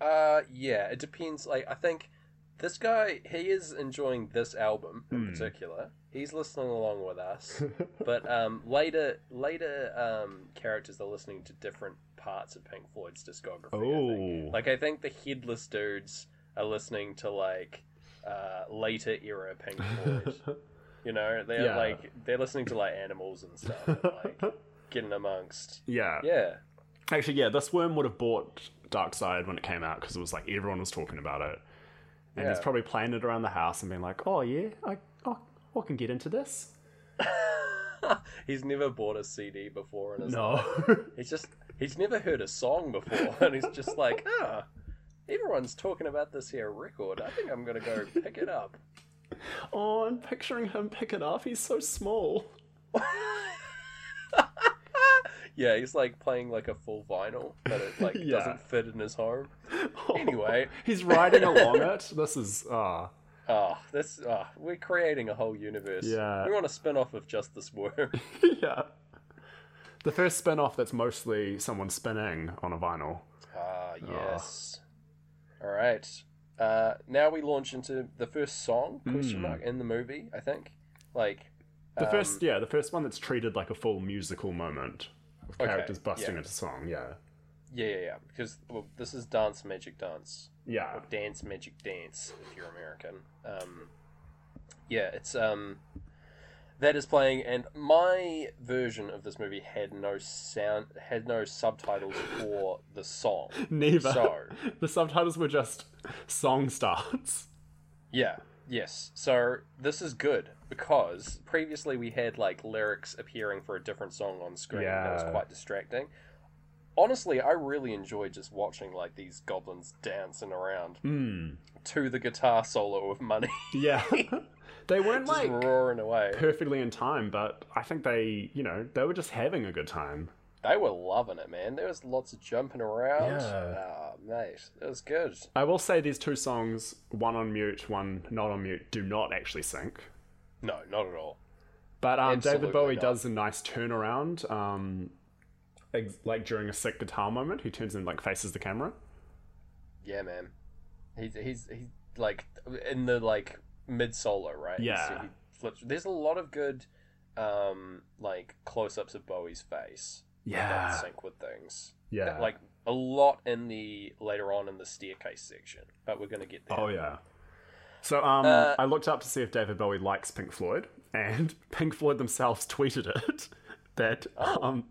[SPEAKER 2] Uh, yeah, it depends. Like, I think this guy, he is enjoying this album in
[SPEAKER 1] Hmm.
[SPEAKER 2] particular. He's listening along with us, but um, later, later um, characters are listening to different parts of Pink Floyd's discography. I think.
[SPEAKER 1] Oh,
[SPEAKER 2] like I think the headless dudes are listening to like uh, later era Pink Floyd. you know, they're
[SPEAKER 1] Yeah.
[SPEAKER 2] like they're listening to like animals and stuff, and, like getting amongst.
[SPEAKER 1] yeah.
[SPEAKER 2] Yeah,
[SPEAKER 1] Actually, yeah, this worm would have bought Dark Side when it came out because it was like everyone was talking about it, and he's
[SPEAKER 2] Yeah.
[SPEAKER 1] probably playing it around the house and being like, "Oh yeah, I, I, I can get into this."
[SPEAKER 2] he's never bought a CD before in his
[SPEAKER 1] No,
[SPEAKER 2] He's just He's never heard a song before, and he's just like, ah, everyone's talking about this here record. I think I'm gonna go pick it up.
[SPEAKER 1] Oh, I'm picturing him pick it up. He's so small.
[SPEAKER 2] Yeah, he's like playing like a full vinyl, but it like
[SPEAKER 1] Yeah.
[SPEAKER 2] doesn't fit in his home. Anyway.
[SPEAKER 1] he's riding along it. This is ah.
[SPEAKER 2] Ah, this ah, we're creating a whole universe.
[SPEAKER 1] Yeah.
[SPEAKER 2] we want a spin-off of just this worm.
[SPEAKER 1] yeah. The first spin off that's mostly someone spinning on a vinyl.
[SPEAKER 2] Ah, yes. All right. Uh, now we launch into the first song question
[SPEAKER 1] Mm.
[SPEAKER 2] mark in the movie. I think, like,
[SPEAKER 1] The
[SPEAKER 2] um,
[SPEAKER 1] first, yeah, the first one that's treated like a full musical moment with
[SPEAKER 2] Okay,
[SPEAKER 1] characters busting
[SPEAKER 2] yeah.
[SPEAKER 1] into song. Yeah,
[SPEAKER 2] yeah, yeah, yeah, because well, this is dance magic dance,
[SPEAKER 1] yeah,
[SPEAKER 2] dance magic dance. If you're American, um, yeah, it's um, that is playing, and my version of this movie had no sound, had no subtitles for the song.
[SPEAKER 1] neither.
[SPEAKER 2] So.
[SPEAKER 1] the subtitles were just song starts.
[SPEAKER 2] Yeah. Yes. So this is good because previously we had like lyrics appearing for a different song on screen. That was
[SPEAKER 1] Yeah.
[SPEAKER 2] quite distracting. Honestly, I really enjoy just watching like these goblins dancing around
[SPEAKER 1] Hmm.
[SPEAKER 2] to the guitar solo of Money
[SPEAKER 1] Yeah, they weren't
[SPEAKER 2] just
[SPEAKER 1] like
[SPEAKER 2] roaring away.
[SPEAKER 1] perfectly in time, but I think they, you know, they were just having a good time.
[SPEAKER 2] They were loving it, man. There was lots of jumping around.
[SPEAKER 1] Yeah.
[SPEAKER 2] Ah, mate, it was good.
[SPEAKER 1] I will say these two songs, one on mute, one not on mute, do not actually sync.
[SPEAKER 2] No, not at all.
[SPEAKER 1] But um, David
[SPEAKER 2] Absolutely
[SPEAKER 1] Bowie
[SPEAKER 2] not.
[SPEAKER 1] does a nice turnaround, um, ex- like during a sick guitar moment, he turns and like faces the camera.
[SPEAKER 2] Yeah, man. He's he's he's like in the like mid solo, right? He's-
[SPEAKER 1] Yeah.
[SPEAKER 2] he flips. There's a lot of good, um, like close ups of Bowie's face that sync with things.
[SPEAKER 1] yeah,
[SPEAKER 2] Like a lot in the later on in the staircase section, but we're gonna get there.
[SPEAKER 1] oh yeah. So um,
[SPEAKER 2] Uh,
[SPEAKER 1] I looked up to see if David Bowie likes Pink Floyd, and Pink Floyd themselves tweeted it that
[SPEAKER 2] Oh.
[SPEAKER 1] um,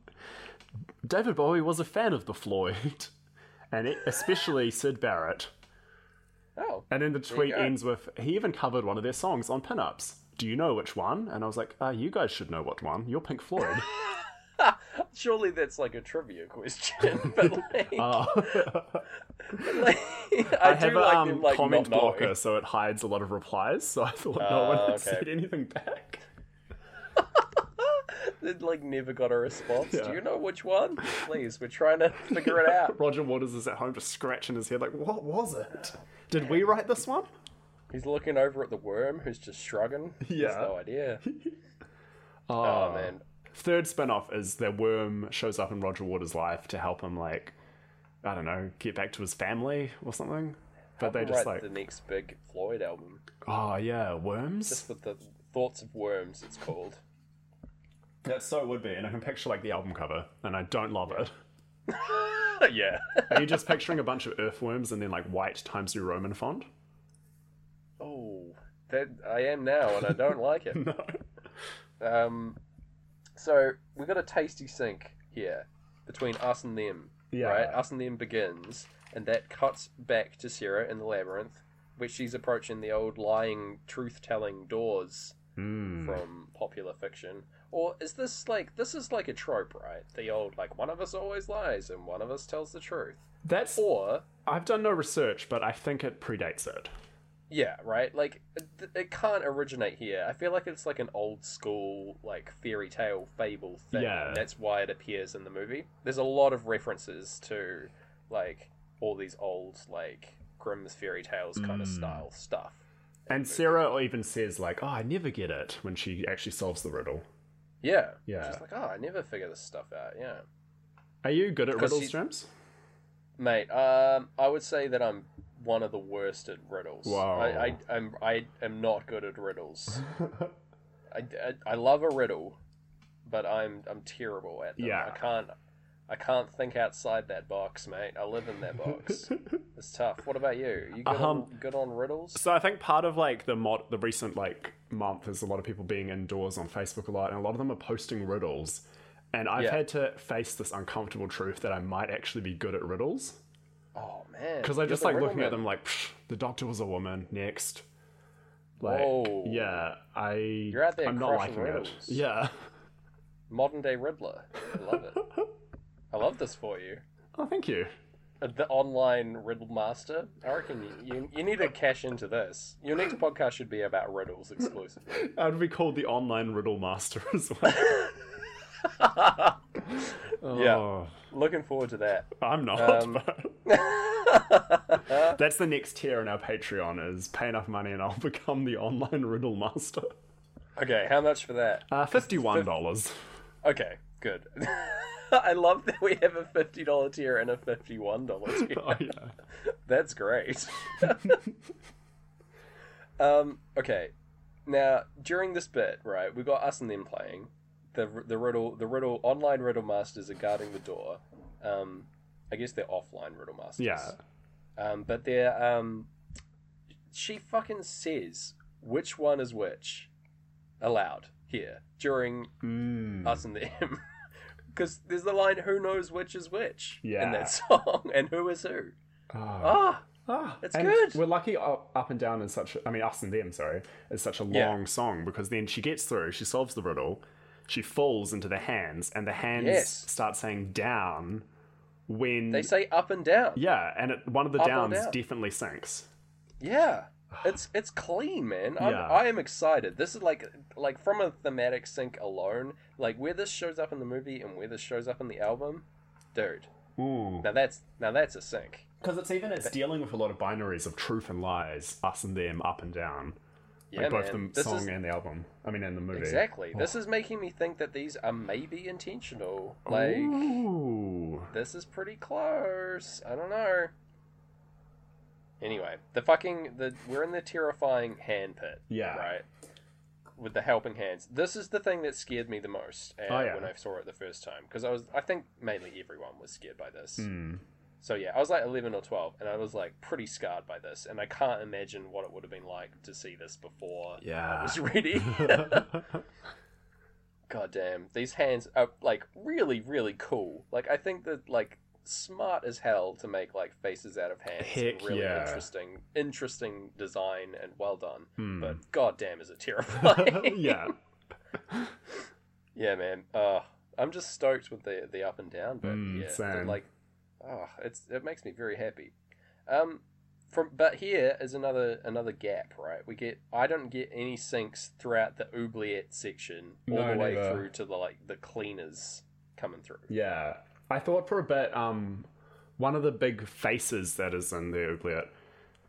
[SPEAKER 1] David Bowie was a fan of the Floyd, and it, especially Sid Barrett.
[SPEAKER 2] Oh,
[SPEAKER 1] And then the tweet
[SPEAKER 2] go.
[SPEAKER 1] ends with he even covered one of their songs on pinups. Do you know which one? And I was like, uh, you guys should know what one. You're Pink Floyd.
[SPEAKER 2] surely that's like a trivia question, but like,
[SPEAKER 1] Oh.
[SPEAKER 2] like, I,
[SPEAKER 1] I have
[SPEAKER 2] do
[SPEAKER 1] a
[SPEAKER 2] like
[SPEAKER 1] um,
[SPEAKER 2] them like
[SPEAKER 1] comment
[SPEAKER 2] not knowing.
[SPEAKER 1] blocker, so it hides a lot of replies. So I thought no one
[SPEAKER 2] Ah,
[SPEAKER 1] had
[SPEAKER 2] okay.
[SPEAKER 1] said anything back.
[SPEAKER 2] They like never got a response.
[SPEAKER 1] Yeah.
[SPEAKER 2] Do you know which one? Please, we're trying to figure it out.
[SPEAKER 1] Roger Waters is at home just scratching his head, like, what was it? Did we write this one?
[SPEAKER 2] He's looking over at the worm, who's just shrugging. He has
[SPEAKER 1] Yeah.
[SPEAKER 2] no idea.
[SPEAKER 1] Oh,
[SPEAKER 2] Oh man,
[SPEAKER 1] Third spin off is the worm shows up in Roger Waters' life to help him, like, I don't know, get back to his family or something. But they just
[SPEAKER 2] write
[SPEAKER 1] like,
[SPEAKER 2] the next big Floyd album.
[SPEAKER 1] oh yeah, worms.
[SPEAKER 2] Just with the thoughts of worms, it's called.
[SPEAKER 1] That so would be, and I can picture like the album cover, and I don't love it.
[SPEAKER 2] yeah.
[SPEAKER 1] Are you just picturing a bunch of earthworms and then like white Times New Roman font?
[SPEAKER 2] oh, that I am now, and I don't like it.
[SPEAKER 1] No.
[SPEAKER 2] Um, so we got a tasty sink here between us and them.
[SPEAKER 1] Yeah.
[SPEAKER 2] Right, us and them begins, and that cuts back to Sarah in the labyrinth, which she's approaching the old lying, truth-telling doors.
[SPEAKER 1] Mm.
[SPEAKER 2] from popular fiction or is this like this is like a trope right the old like one of us always lies and one of us tells the truth
[SPEAKER 1] That's.
[SPEAKER 2] or
[SPEAKER 1] I've done no research, but I think it predates it.
[SPEAKER 2] yeah right like it, it can't originate here i feel like it's like an old school like fairy tale fable thing
[SPEAKER 1] Yeah.
[SPEAKER 2] that's why it appears in the movie there's a lot of references to like all these old like grimm's fairy tales kind
[SPEAKER 1] Hmm.
[SPEAKER 2] of style stuff
[SPEAKER 1] And Sarah even says like, "Oh, I never get it" when she actually solves the riddle.
[SPEAKER 2] yeah
[SPEAKER 1] Yeah.
[SPEAKER 2] she's like oh i never figure this stuff out yeah
[SPEAKER 1] Are you good at
[SPEAKER 2] 'Cause
[SPEAKER 1] riddles,
[SPEAKER 2] she-
[SPEAKER 1] James?
[SPEAKER 2] Mate, um, I would say that I'm one of the worst at riddles.
[SPEAKER 1] Wow.
[SPEAKER 2] I, I, I'm, I am not good at riddles. I, I, I love a riddle, but I'm, I'm terrible at them.
[SPEAKER 1] Yeah.
[SPEAKER 2] I can't, I can't think outside that box, mate. I live in that box. it's tough. What about you? You good, on,
[SPEAKER 1] Um,
[SPEAKER 2] good on riddles?
[SPEAKER 1] So I think part of like the mod, the recent like month is a lot of people being indoors on Facebook a lot, and a lot of them are posting riddles. And I've
[SPEAKER 2] Yeah.
[SPEAKER 1] had to face this uncomfortable truth that I might actually be good at riddles.
[SPEAKER 2] Oh man.
[SPEAKER 1] Because I just like looking at them like, "Psh, the doctor was a woman. Next. Like,
[SPEAKER 2] Whoa.
[SPEAKER 1] yeah, I. You're
[SPEAKER 2] out there
[SPEAKER 1] I'm not
[SPEAKER 2] crushing
[SPEAKER 1] liking
[SPEAKER 2] riddles.
[SPEAKER 1] it. Yeah.
[SPEAKER 2] Modern day Riddler. I love it. I love this for you.
[SPEAKER 1] Oh, thank you.
[SPEAKER 2] The online riddle master. I reckon you, you, you need to cash into this. Your next podcast should be about riddles exclusively.
[SPEAKER 1] I would be called the online riddle master as well.
[SPEAKER 2] Yeah. Um. Looking forward to that.
[SPEAKER 1] Oh, I'm not. but that's the next tier in our Patreon is pay enough money and I'll become the online riddle master.
[SPEAKER 2] Okay, how much for that?
[SPEAKER 1] Uh, Fifty-one dollars.
[SPEAKER 2] Okay, good. I love that we have a fifty dollar tier and a fifty one dollar tier.
[SPEAKER 1] oh yeah.
[SPEAKER 2] That's great. um, okay. Now, during this bit, right, we got us and them playing. The the riddle the riddle online riddle masters are guarding the door. Um, I guess they're offline riddle masters.
[SPEAKER 1] Yeah.
[SPEAKER 2] Um, but they're um, she fucking says which one is which aloud here during
[SPEAKER 1] Mm.
[SPEAKER 2] us and them. Because there's the line, who knows which is which in
[SPEAKER 1] Yeah.
[SPEAKER 2] that song, and who is who.
[SPEAKER 1] Oh.
[SPEAKER 2] Ah,
[SPEAKER 1] Ah,
[SPEAKER 2] It's
[SPEAKER 1] and
[SPEAKER 2] good.
[SPEAKER 1] We're lucky uh, Up and Down is such, a, I mean, Us and Them, sorry, is such a long
[SPEAKER 2] Yeah.
[SPEAKER 1] song because then she gets through, she solves the riddle, she falls into the hands, and the hands
[SPEAKER 2] Yes.
[SPEAKER 1] start saying down when.
[SPEAKER 2] they say up and down.
[SPEAKER 1] Mm.
[SPEAKER 2] Yeah.
[SPEAKER 1] yeah, and it, one of the
[SPEAKER 2] Up or
[SPEAKER 1] downs
[SPEAKER 2] down.
[SPEAKER 1] definitely sinks.
[SPEAKER 2] It's it's clean, man. I'm,
[SPEAKER 1] Yeah.
[SPEAKER 2] I am excited. This is like like from a thematic sync alone, like where this shows up in the movie and where this shows up in the album, dude. Now that's now that's a sync.
[SPEAKER 1] Because it's even, it's dealing with a lot of binaries of truth and lies, Us and Them, Up and Down.
[SPEAKER 2] Yeah,
[SPEAKER 1] like both
[SPEAKER 2] man.
[SPEAKER 1] the
[SPEAKER 2] This
[SPEAKER 1] song
[SPEAKER 2] is
[SPEAKER 1] and the album. I mean, and the movie.
[SPEAKER 2] exactly. This is making me think that these are maybe intentional. Like
[SPEAKER 1] Ooh.
[SPEAKER 2] This is pretty close. I don't know. Anyway, the fucking the we're in the terrifying handpit.
[SPEAKER 1] Yeah.
[SPEAKER 2] Right. With the helping hands. This is the thing that scared me the most uh,
[SPEAKER 1] Oh, yeah.
[SPEAKER 2] when I saw it the first time because I was I think mainly everyone was scared by this.
[SPEAKER 1] Hmm.
[SPEAKER 2] So yeah, I was like 11 or 12 and I was like pretty scarred by this and I can't imagine what it would have been like to see this before I
[SPEAKER 1] Yeah.
[SPEAKER 2] was ready. God damn, these hands are like really, really cool. Like I think that like smart as hell to make like faces out of hands.
[SPEAKER 1] Heck
[SPEAKER 2] really
[SPEAKER 1] yeah.
[SPEAKER 2] interesting, interesting design and well done.
[SPEAKER 1] Hmm.
[SPEAKER 2] But god damn, is it terrifying?
[SPEAKER 1] yeah.
[SPEAKER 2] yeah, man. Uh, I'm just stoked with the the up and down. But
[SPEAKER 1] Mm,
[SPEAKER 2] yeah,
[SPEAKER 1] same.
[SPEAKER 2] like, oh, it's it makes me very happy. Um, from but here is another another gap, right? We get I don't get any sinks throughout the oubliette section all
[SPEAKER 1] No,
[SPEAKER 2] the way
[SPEAKER 1] never.
[SPEAKER 2] through to the like the cleaners coming through.
[SPEAKER 1] Yeah. I thought for a bit, um, one of the big faces that is in the oubliette,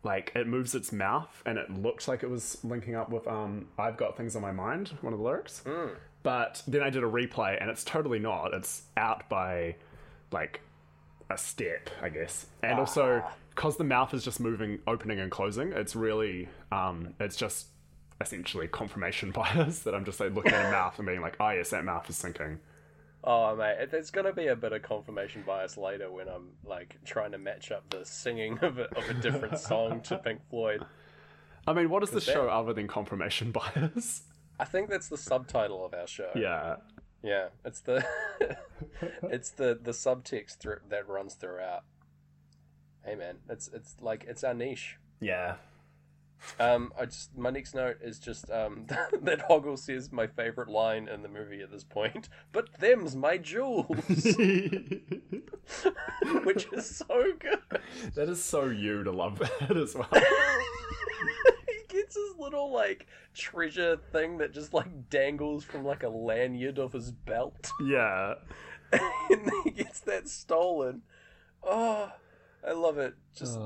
[SPEAKER 1] like it moves its mouth and it looked like it was linking up with um I've Got Things on My Mind, one of the lyrics.
[SPEAKER 2] Mm.
[SPEAKER 1] But then I did a replay and it's totally not. It's out by like a step, I guess. And also because the mouth is just moving opening and closing, it's really um it's just essentially confirmation bias that I'm just like looking at a mouth and being like, Oh yes, that mouth is sinking.
[SPEAKER 2] Oh mate, it- there's gonna be a bit of confirmation bias later when I'm like trying to match up the singing of a, of a different song to Pink Floyd.
[SPEAKER 1] I mean, what is the show other than confirmation bias?
[SPEAKER 2] I think that's the subtitle of our show.
[SPEAKER 1] Yeah.
[SPEAKER 2] Yeah, it's the it's the the subtext thr- that runs throughout. Hey man, it's it's like it's our niche.
[SPEAKER 1] Yeah.
[SPEAKER 2] Um, I just my next note is just um that Hoggle says my favorite line in the movie at this point, but them's my jewels,
[SPEAKER 1] that
[SPEAKER 2] which is so good.
[SPEAKER 1] is so you to love that as well.
[SPEAKER 2] he gets his little like treasure thing that just like dangles from like a lanyard of his belt
[SPEAKER 1] Yeah.
[SPEAKER 2] and then he gets that stolen oh i love it just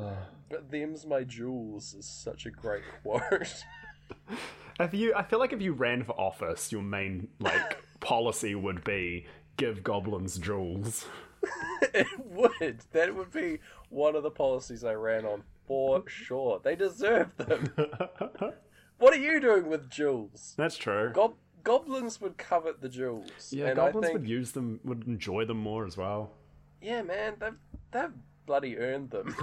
[SPEAKER 2] but them's my jewels is such a great quote
[SPEAKER 1] If you I feel like if you ran for office, your main like policy would be give goblins jewels.
[SPEAKER 2] it would that would be one of the policies i ran on for sure they deserve them what are you doing with jewels
[SPEAKER 1] That's true.
[SPEAKER 2] Gob- goblins would covet the jewels
[SPEAKER 1] yeah,
[SPEAKER 2] and
[SPEAKER 1] goblins
[SPEAKER 2] I think,
[SPEAKER 1] would use them would enjoy them more as well.
[SPEAKER 2] Yeah, man, they've they've bloody earned them.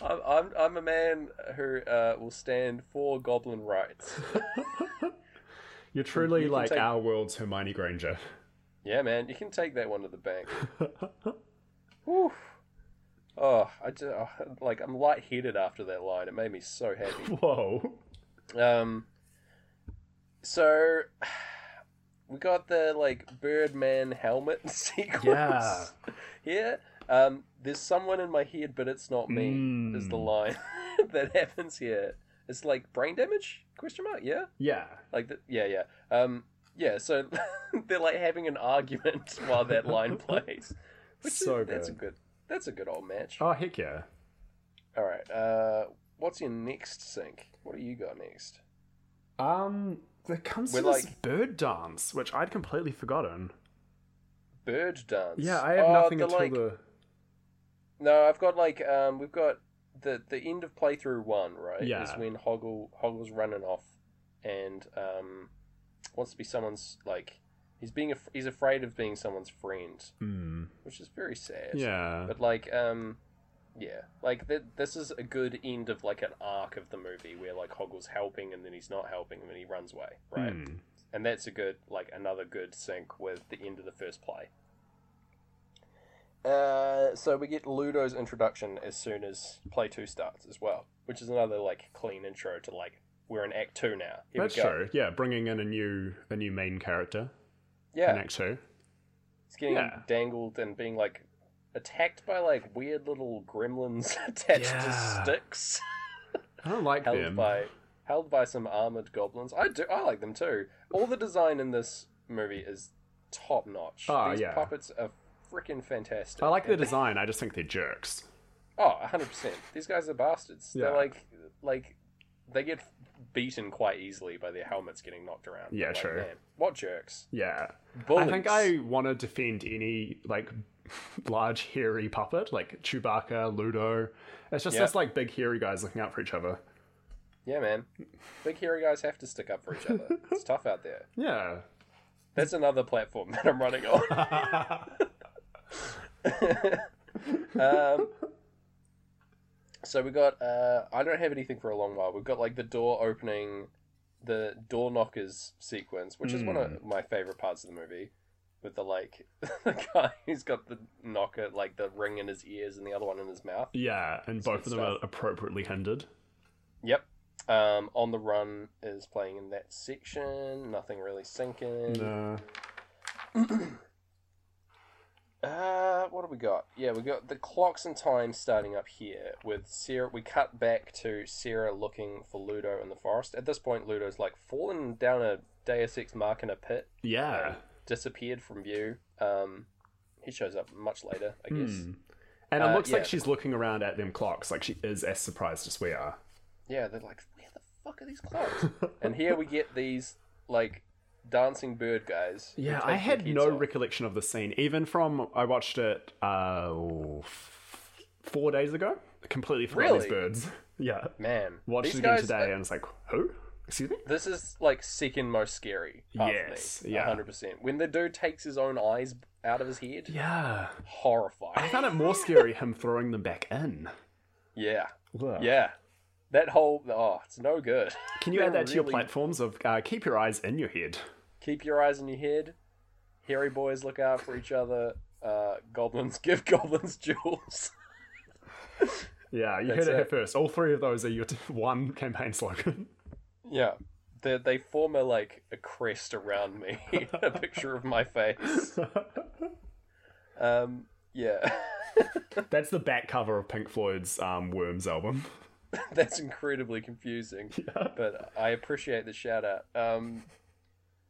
[SPEAKER 2] I'm, I'm I'm a man who uh, will stand for goblin rights.
[SPEAKER 1] You're truly
[SPEAKER 2] you can
[SPEAKER 1] like
[SPEAKER 2] take-
[SPEAKER 1] our world's Hermione Granger.
[SPEAKER 2] Yeah, man, you can take that one to the bank. Whew. Oh, I just, oh, like I'm lightheaded after that line. It made me so Um, happy.
[SPEAKER 1] Whoa.
[SPEAKER 2] Um, so we got the like Birdman helmet sequence.
[SPEAKER 1] Yeah.
[SPEAKER 2] Here, um, there's someone in my head, but it's not me. Is the
[SPEAKER 1] Mm.
[SPEAKER 2] line that happens here? It's like brain damage? Question mark? Yeah.
[SPEAKER 1] Yeah.
[SPEAKER 2] Like the, yeah, yeah. Um, yeah. So they're like having an argument while that line plays. Which
[SPEAKER 1] So
[SPEAKER 2] is, That's a
[SPEAKER 1] good.
[SPEAKER 2] good. That's a good old match.
[SPEAKER 1] Oh heck yeah.
[SPEAKER 2] All right. Uh, what's your next sync? What do you got next?
[SPEAKER 1] Um, there comes
[SPEAKER 2] We're
[SPEAKER 1] to this
[SPEAKER 2] like-
[SPEAKER 1] bird dance, which I'd completely forgotten.
[SPEAKER 2] Bird dance.
[SPEAKER 1] Yeah, I have
[SPEAKER 2] Oh,
[SPEAKER 1] nothing
[SPEAKER 2] the,
[SPEAKER 1] until
[SPEAKER 2] like-
[SPEAKER 1] the.
[SPEAKER 2] No, I've got like um, we've got the the end of playthrough one, right?
[SPEAKER 1] Yeah.
[SPEAKER 2] Is when Hoggle Hoggle's running off, and um, wants to be someone's like he's being af- he's afraid of being someone's friend,
[SPEAKER 1] Mm,
[SPEAKER 2] which is very sad.
[SPEAKER 1] yeah.
[SPEAKER 2] But like um, yeah, like th- this is a good end of like an arc of the movie where like Hoggle's helping and then he's not helping and then he runs away, right?
[SPEAKER 1] Mm.
[SPEAKER 2] and that's a good like another good sync with the end of the first play. Uh, so we get Ludo's introduction as soon as play two starts as well, which is another like clean intro to like we're in Act Two now. Here
[SPEAKER 1] That's
[SPEAKER 2] we go.
[SPEAKER 1] true. Yeah, bringing in a new a new main character in
[SPEAKER 2] Yeah,
[SPEAKER 1] Act Two.
[SPEAKER 2] it's getting
[SPEAKER 1] yeah.
[SPEAKER 2] dangled and being like attacked by like weird little gremlins attached
[SPEAKER 1] Yeah.
[SPEAKER 2] to sticks,
[SPEAKER 1] I don't like
[SPEAKER 2] held
[SPEAKER 1] them.
[SPEAKER 2] by held by some armored goblins. I do I like them too. All the design in this movie is top notch.
[SPEAKER 1] Ah,
[SPEAKER 2] These
[SPEAKER 1] yeah.
[SPEAKER 2] puppets are freaking fantastic.
[SPEAKER 1] I like the
[SPEAKER 2] And-
[SPEAKER 1] design. I just think they're jerks.
[SPEAKER 2] Oh, 100%. These guys are bastards.
[SPEAKER 1] Yeah.
[SPEAKER 2] They're like, like, they get beaten quite easily by their helmets getting knocked around.
[SPEAKER 1] Yeah,
[SPEAKER 2] Like,
[SPEAKER 1] sure.
[SPEAKER 2] man, what jerks?
[SPEAKER 1] Yeah.
[SPEAKER 2] Bullies.
[SPEAKER 1] I think I want to defend any like large hairy puppet, like Chewbacca, Ludo. It's just
[SPEAKER 2] Yeah.
[SPEAKER 1] us like big hairy guys looking out for each other.
[SPEAKER 2] Yeah, man. Big hero guys have to stick up for each other. It's tough out there.
[SPEAKER 1] Yeah.
[SPEAKER 2] That's another platform that I'm running on. um, so we got. Uh, I don't have anything for a long while. We've got like the door opening, the door knockers sequence, which is one of my favorite parts of the movie, with the like the guy who's got the knocker, like the ring in his ears and the other one in his mouth.
[SPEAKER 1] yeah, and
[SPEAKER 2] That's
[SPEAKER 1] both
[SPEAKER 2] good
[SPEAKER 1] of them are appropriately hindered.
[SPEAKER 2] Yep. Um, on the run is playing in that section. Nothing really sinking.
[SPEAKER 1] No.
[SPEAKER 2] Uh, what have we got? Yeah, we got the clocks and time starting up here with Sarah. We cut back to Sarah looking for Ludo in the forest. At this point, Ludo's like fallen down a Deus Ex Machina pit,
[SPEAKER 1] Yeah.
[SPEAKER 2] disappeared from view. Um, he shows up much later, I guess.
[SPEAKER 1] Hmm. And it
[SPEAKER 2] Uh,
[SPEAKER 1] looks
[SPEAKER 2] yeah.
[SPEAKER 1] like she's looking around at them clocks, like she is as surprised as we are.
[SPEAKER 2] Yeah, they're like, where the fuck are these clocks? and here we get these like dancing bird guys. who
[SPEAKER 1] Yeah,
[SPEAKER 2] take
[SPEAKER 1] I
[SPEAKER 2] their
[SPEAKER 1] had
[SPEAKER 2] heads
[SPEAKER 1] no
[SPEAKER 2] off.
[SPEAKER 1] recollection of the scene, even from I watched it uh, oh, f- four days ago. I completely forgot
[SPEAKER 2] Really?
[SPEAKER 1] these birds. Yeah,
[SPEAKER 2] man.
[SPEAKER 1] watched
[SPEAKER 2] these
[SPEAKER 1] it again
[SPEAKER 2] guys-
[SPEAKER 1] today, and it's like, who? Excuse me?
[SPEAKER 2] This is like second most scary. Part
[SPEAKER 1] Yes,
[SPEAKER 2] of me,
[SPEAKER 1] yeah.
[SPEAKER 2] hundred percent. When the dude takes his own eyes out of his head,
[SPEAKER 1] Yeah, I
[SPEAKER 2] horrifying.
[SPEAKER 1] found it more scary him throwing them back in.
[SPEAKER 2] yeah,
[SPEAKER 1] Ugh.
[SPEAKER 2] yeah. That whole oh, it's no good.
[SPEAKER 1] Can you add that to your
[SPEAKER 2] Really-
[SPEAKER 1] platforms of uh, keep your eyes in your head?
[SPEAKER 2] Keep your eyes on your head. Hairy boys look out for each other. Uh, goblins give goblins jewels.
[SPEAKER 1] Yeah, you
[SPEAKER 2] That's
[SPEAKER 1] heard it, here
[SPEAKER 2] it.
[SPEAKER 1] first. All three of those are your t- one campaign slogan.
[SPEAKER 2] yeah, they they form a like a crest around me, a picture of my face. Um, yeah,
[SPEAKER 1] That's the back cover of Pink Floyd's um, Worms album.
[SPEAKER 2] that's incredibly confusing.
[SPEAKER 1] Yeah.
[SPEAKER 2] but I appreciate the shout out. Um,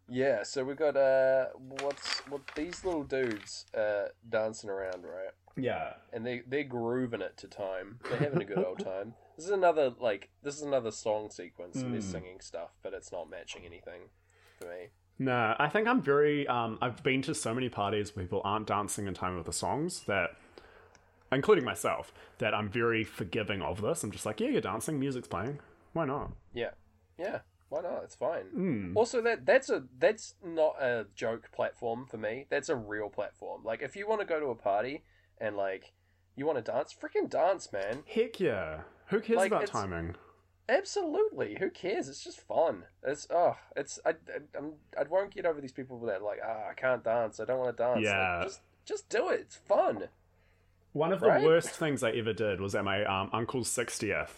[SPEAKER 2] yeah, so we got uh, what's what these little dudes uh dancing around, right?
[SPEAKER 1] Yeah.
[SPEAKER 2] And they they're grooving it to time. They're having a good old time. This is another like this is another song sequence, and they're
[SPEAKER 1] Mm.
[SPEAKER 2] singing stuff, but it's not matching anything for me.
[SPEAKER 1] No, I think I'm very. Um, I've been to so many parties where people aren't dancing in time with the songs that, including myself, that I'm very forgiving of this. I'm just like, yeah, you're dancing, music's playing. Why not?
[SPEAKER 2] Yeah, yeah. Why not? It's fine.
[SPEAKER 1] Mm.
[SPEAKER 2] Also, that that's a that's not a joke platform for me. That's a real platform. Like, if you want to go to a party and like you want to dance, freaking dance, man.
[SPEAKER 1] Heck yeah. Who cares
[SPEAKER 2] Like,
[SPEAKER 1] about
[SPEAKER 2] it's-
[SPEAKER 1] timing?
[SPEAKER 2] Absolutely. Who cares? It's just fun. It's oh, it's I I, I'm, I won't get over these people that like ah I can't dance. I don't want to dance. Like,
[SPEAKER 1] Yeah.
[SPEAKER 2] just just do it. It's fun.
[SPEAKER 1] One of
[SPEAKER 2] Right?
[SPEAKER 1] the worst things I ever did was at my um, uncle's 60th.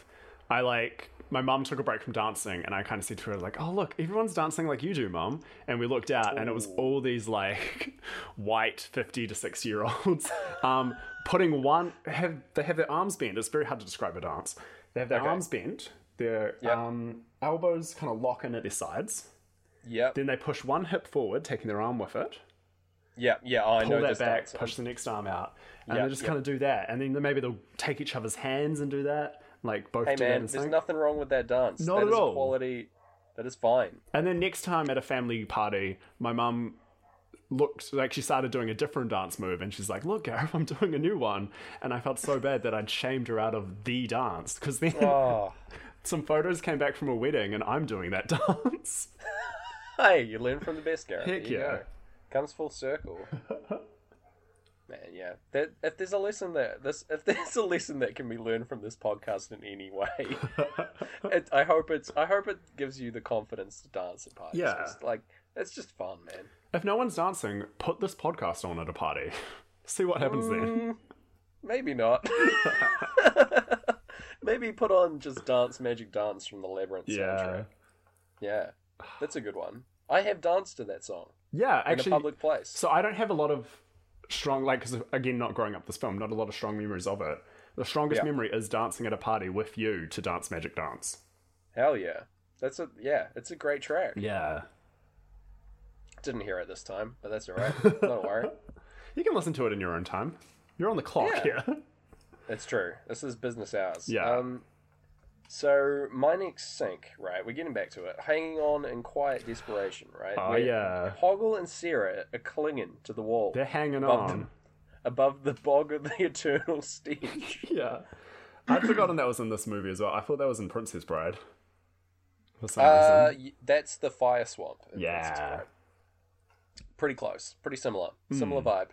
[SPEAKER 1] I like my mum took a break from dancing, and I kind of said to her like, "Oh look, everyone's dancing like you do, mum." And we looked out, and it was all these like white fifty to sixty year olds um, putting one have they have their arms bent. It's very hard to describe a dance. They have their arms bent, their
[SPEAKER 2] Yep.
[SPEAKER 1] um, elbows kind of lock in at their sides.
[SPEAKER 2] Yep.
[SPEAKER 1] Then they push one hip forward, taking their arm with it
[SPEAKER 2] Yeah, yeah, I
[SPEAKER 1] pull
[SPEAKER 2] know
[SPEAKER 1] that
[SPEAKER 2] this
[SPEAKER 1] back,
[SPEAKER 2] dance.
[SPEAKER 1] push the next arm out, and
[SPEAKER 2] Yeah,
[SPEAKER 1] they just
[SPEAKER 2] yeah.
[SPEAKER 1] kind of do that. And then maybe they'll take each other's hands and do that, like both
[SPEAKER 2] Hey
[SPEAKER 1] do that
[SPEAKER 2] man,
[SPEAKER 1] in
[SPEAKER 2] there's
[SPEAKER 1] sync.
[SPEAKER 2] nothing wrong with that dance.
[SPEAKER 1] Not
[SPEAKER 2] That
[SPEAKER 1] at
[SPEAKER 2] is a
[SPEAKER 1] all.
[SPEAKER 2] Quality. That is fine.
[SPEAKER 1] And then next time at a family party, my mum looked like she started doing a different dance move, and she's like, "Look, Gareth, I'm doing a new one," and I felt so bad that I'd shamed her out of the dance because then
[SPEAKER 2] Oh,
[SPEAKER 1] some photos came back from a wedding, and I'm doing that dance.
[SPEAKER 2] hey, you learn from the best, Gareth.
[SPEAKER 1] Heck
[SPEAKER 2] there you
[SPEAKER 1] yeah.
[SPEAKER 2] go. Comes full circle. man, yeah. That, if there's a lesson that this, if there's a lesson that can be learned from this podcast in any way, it, I hope it's. I hope it gives you the confidence to dance at parties.
[SPEAKER 1] Yeah.
[SPEAKER 2] 'cause, like it's just fun, man.
[SPEAKER 1] if no one's dancing, put this podcast on at a party. See what happens
[SPEAKER 2] Mm,
[SPEAKER 1] then.
[SPEAKER 2] Maybe not. Maybe put on just dance magic dance from the labyrinth
[SPEAKER 1] Yeah.
[SPEAKER 2] soundtrack. Yeah, that's a good one. I have danced to that song
[SPEAKER 1] Yeah,
[SPEAKER 2] in
[SPEAKER 1] actually,
[SPEAKER 2] a public place.
[SPEAKER 1] So I don't have a lot of strong, like, because again, not growing up this film, not a lot of strong memories of it. The strongest
[SPEAKER 2] Yeah.
[SPEAKER 1] memory is dancing at a party with you to Dance Magic Dance.
[SPEAKER 2] Hell yeah, that's a yeah, it's a great track.
[SPEAKER 1] Yeah.
[SPEAKER 2] Didn't hear it this time, but that's alright. Don't worry,
[SPEAKER 1] You can listen to it in your own time. You're on the clock
[SPEAKER 2] Yeah.
[SPEAKER 1] here.
[SPEAKER 2] it's true. This is business hours.
[SPEAKER 1] Yeah.
[SPEAKER 2] Um, so my next sink, right? We're getting back to it. Hanging on in quiet desperation, right?
[SPEAKER 1] Oh,
[SPEAKER 2] Where
[SPEAKER 1] yeah.
[SPEAKER 2] Hoggle and Sarah are clinging to the wall.
[SPEAKER 1] They're hanging
[SPEAKER 2] Above
[SPEAKER 1] on.
[SPEAKER 2] above the bog of the eternal stench.
[SPEAKER 1] Yeah. I'd forgotten that was in this movie as well. I thought that was in Princess Bride. For some
[SPEAKER 2] uh,
[SPEAKER 1] reason.
[SPEAKER 2] y- that's the fire swamp. in Princess
[SPEAKER 1] Yeah.
[SPEAKER 2] Bride. pretty close, pretty similar, similar
[SPEAKER 1] Hmm.
[SPEAKER 2] vibe.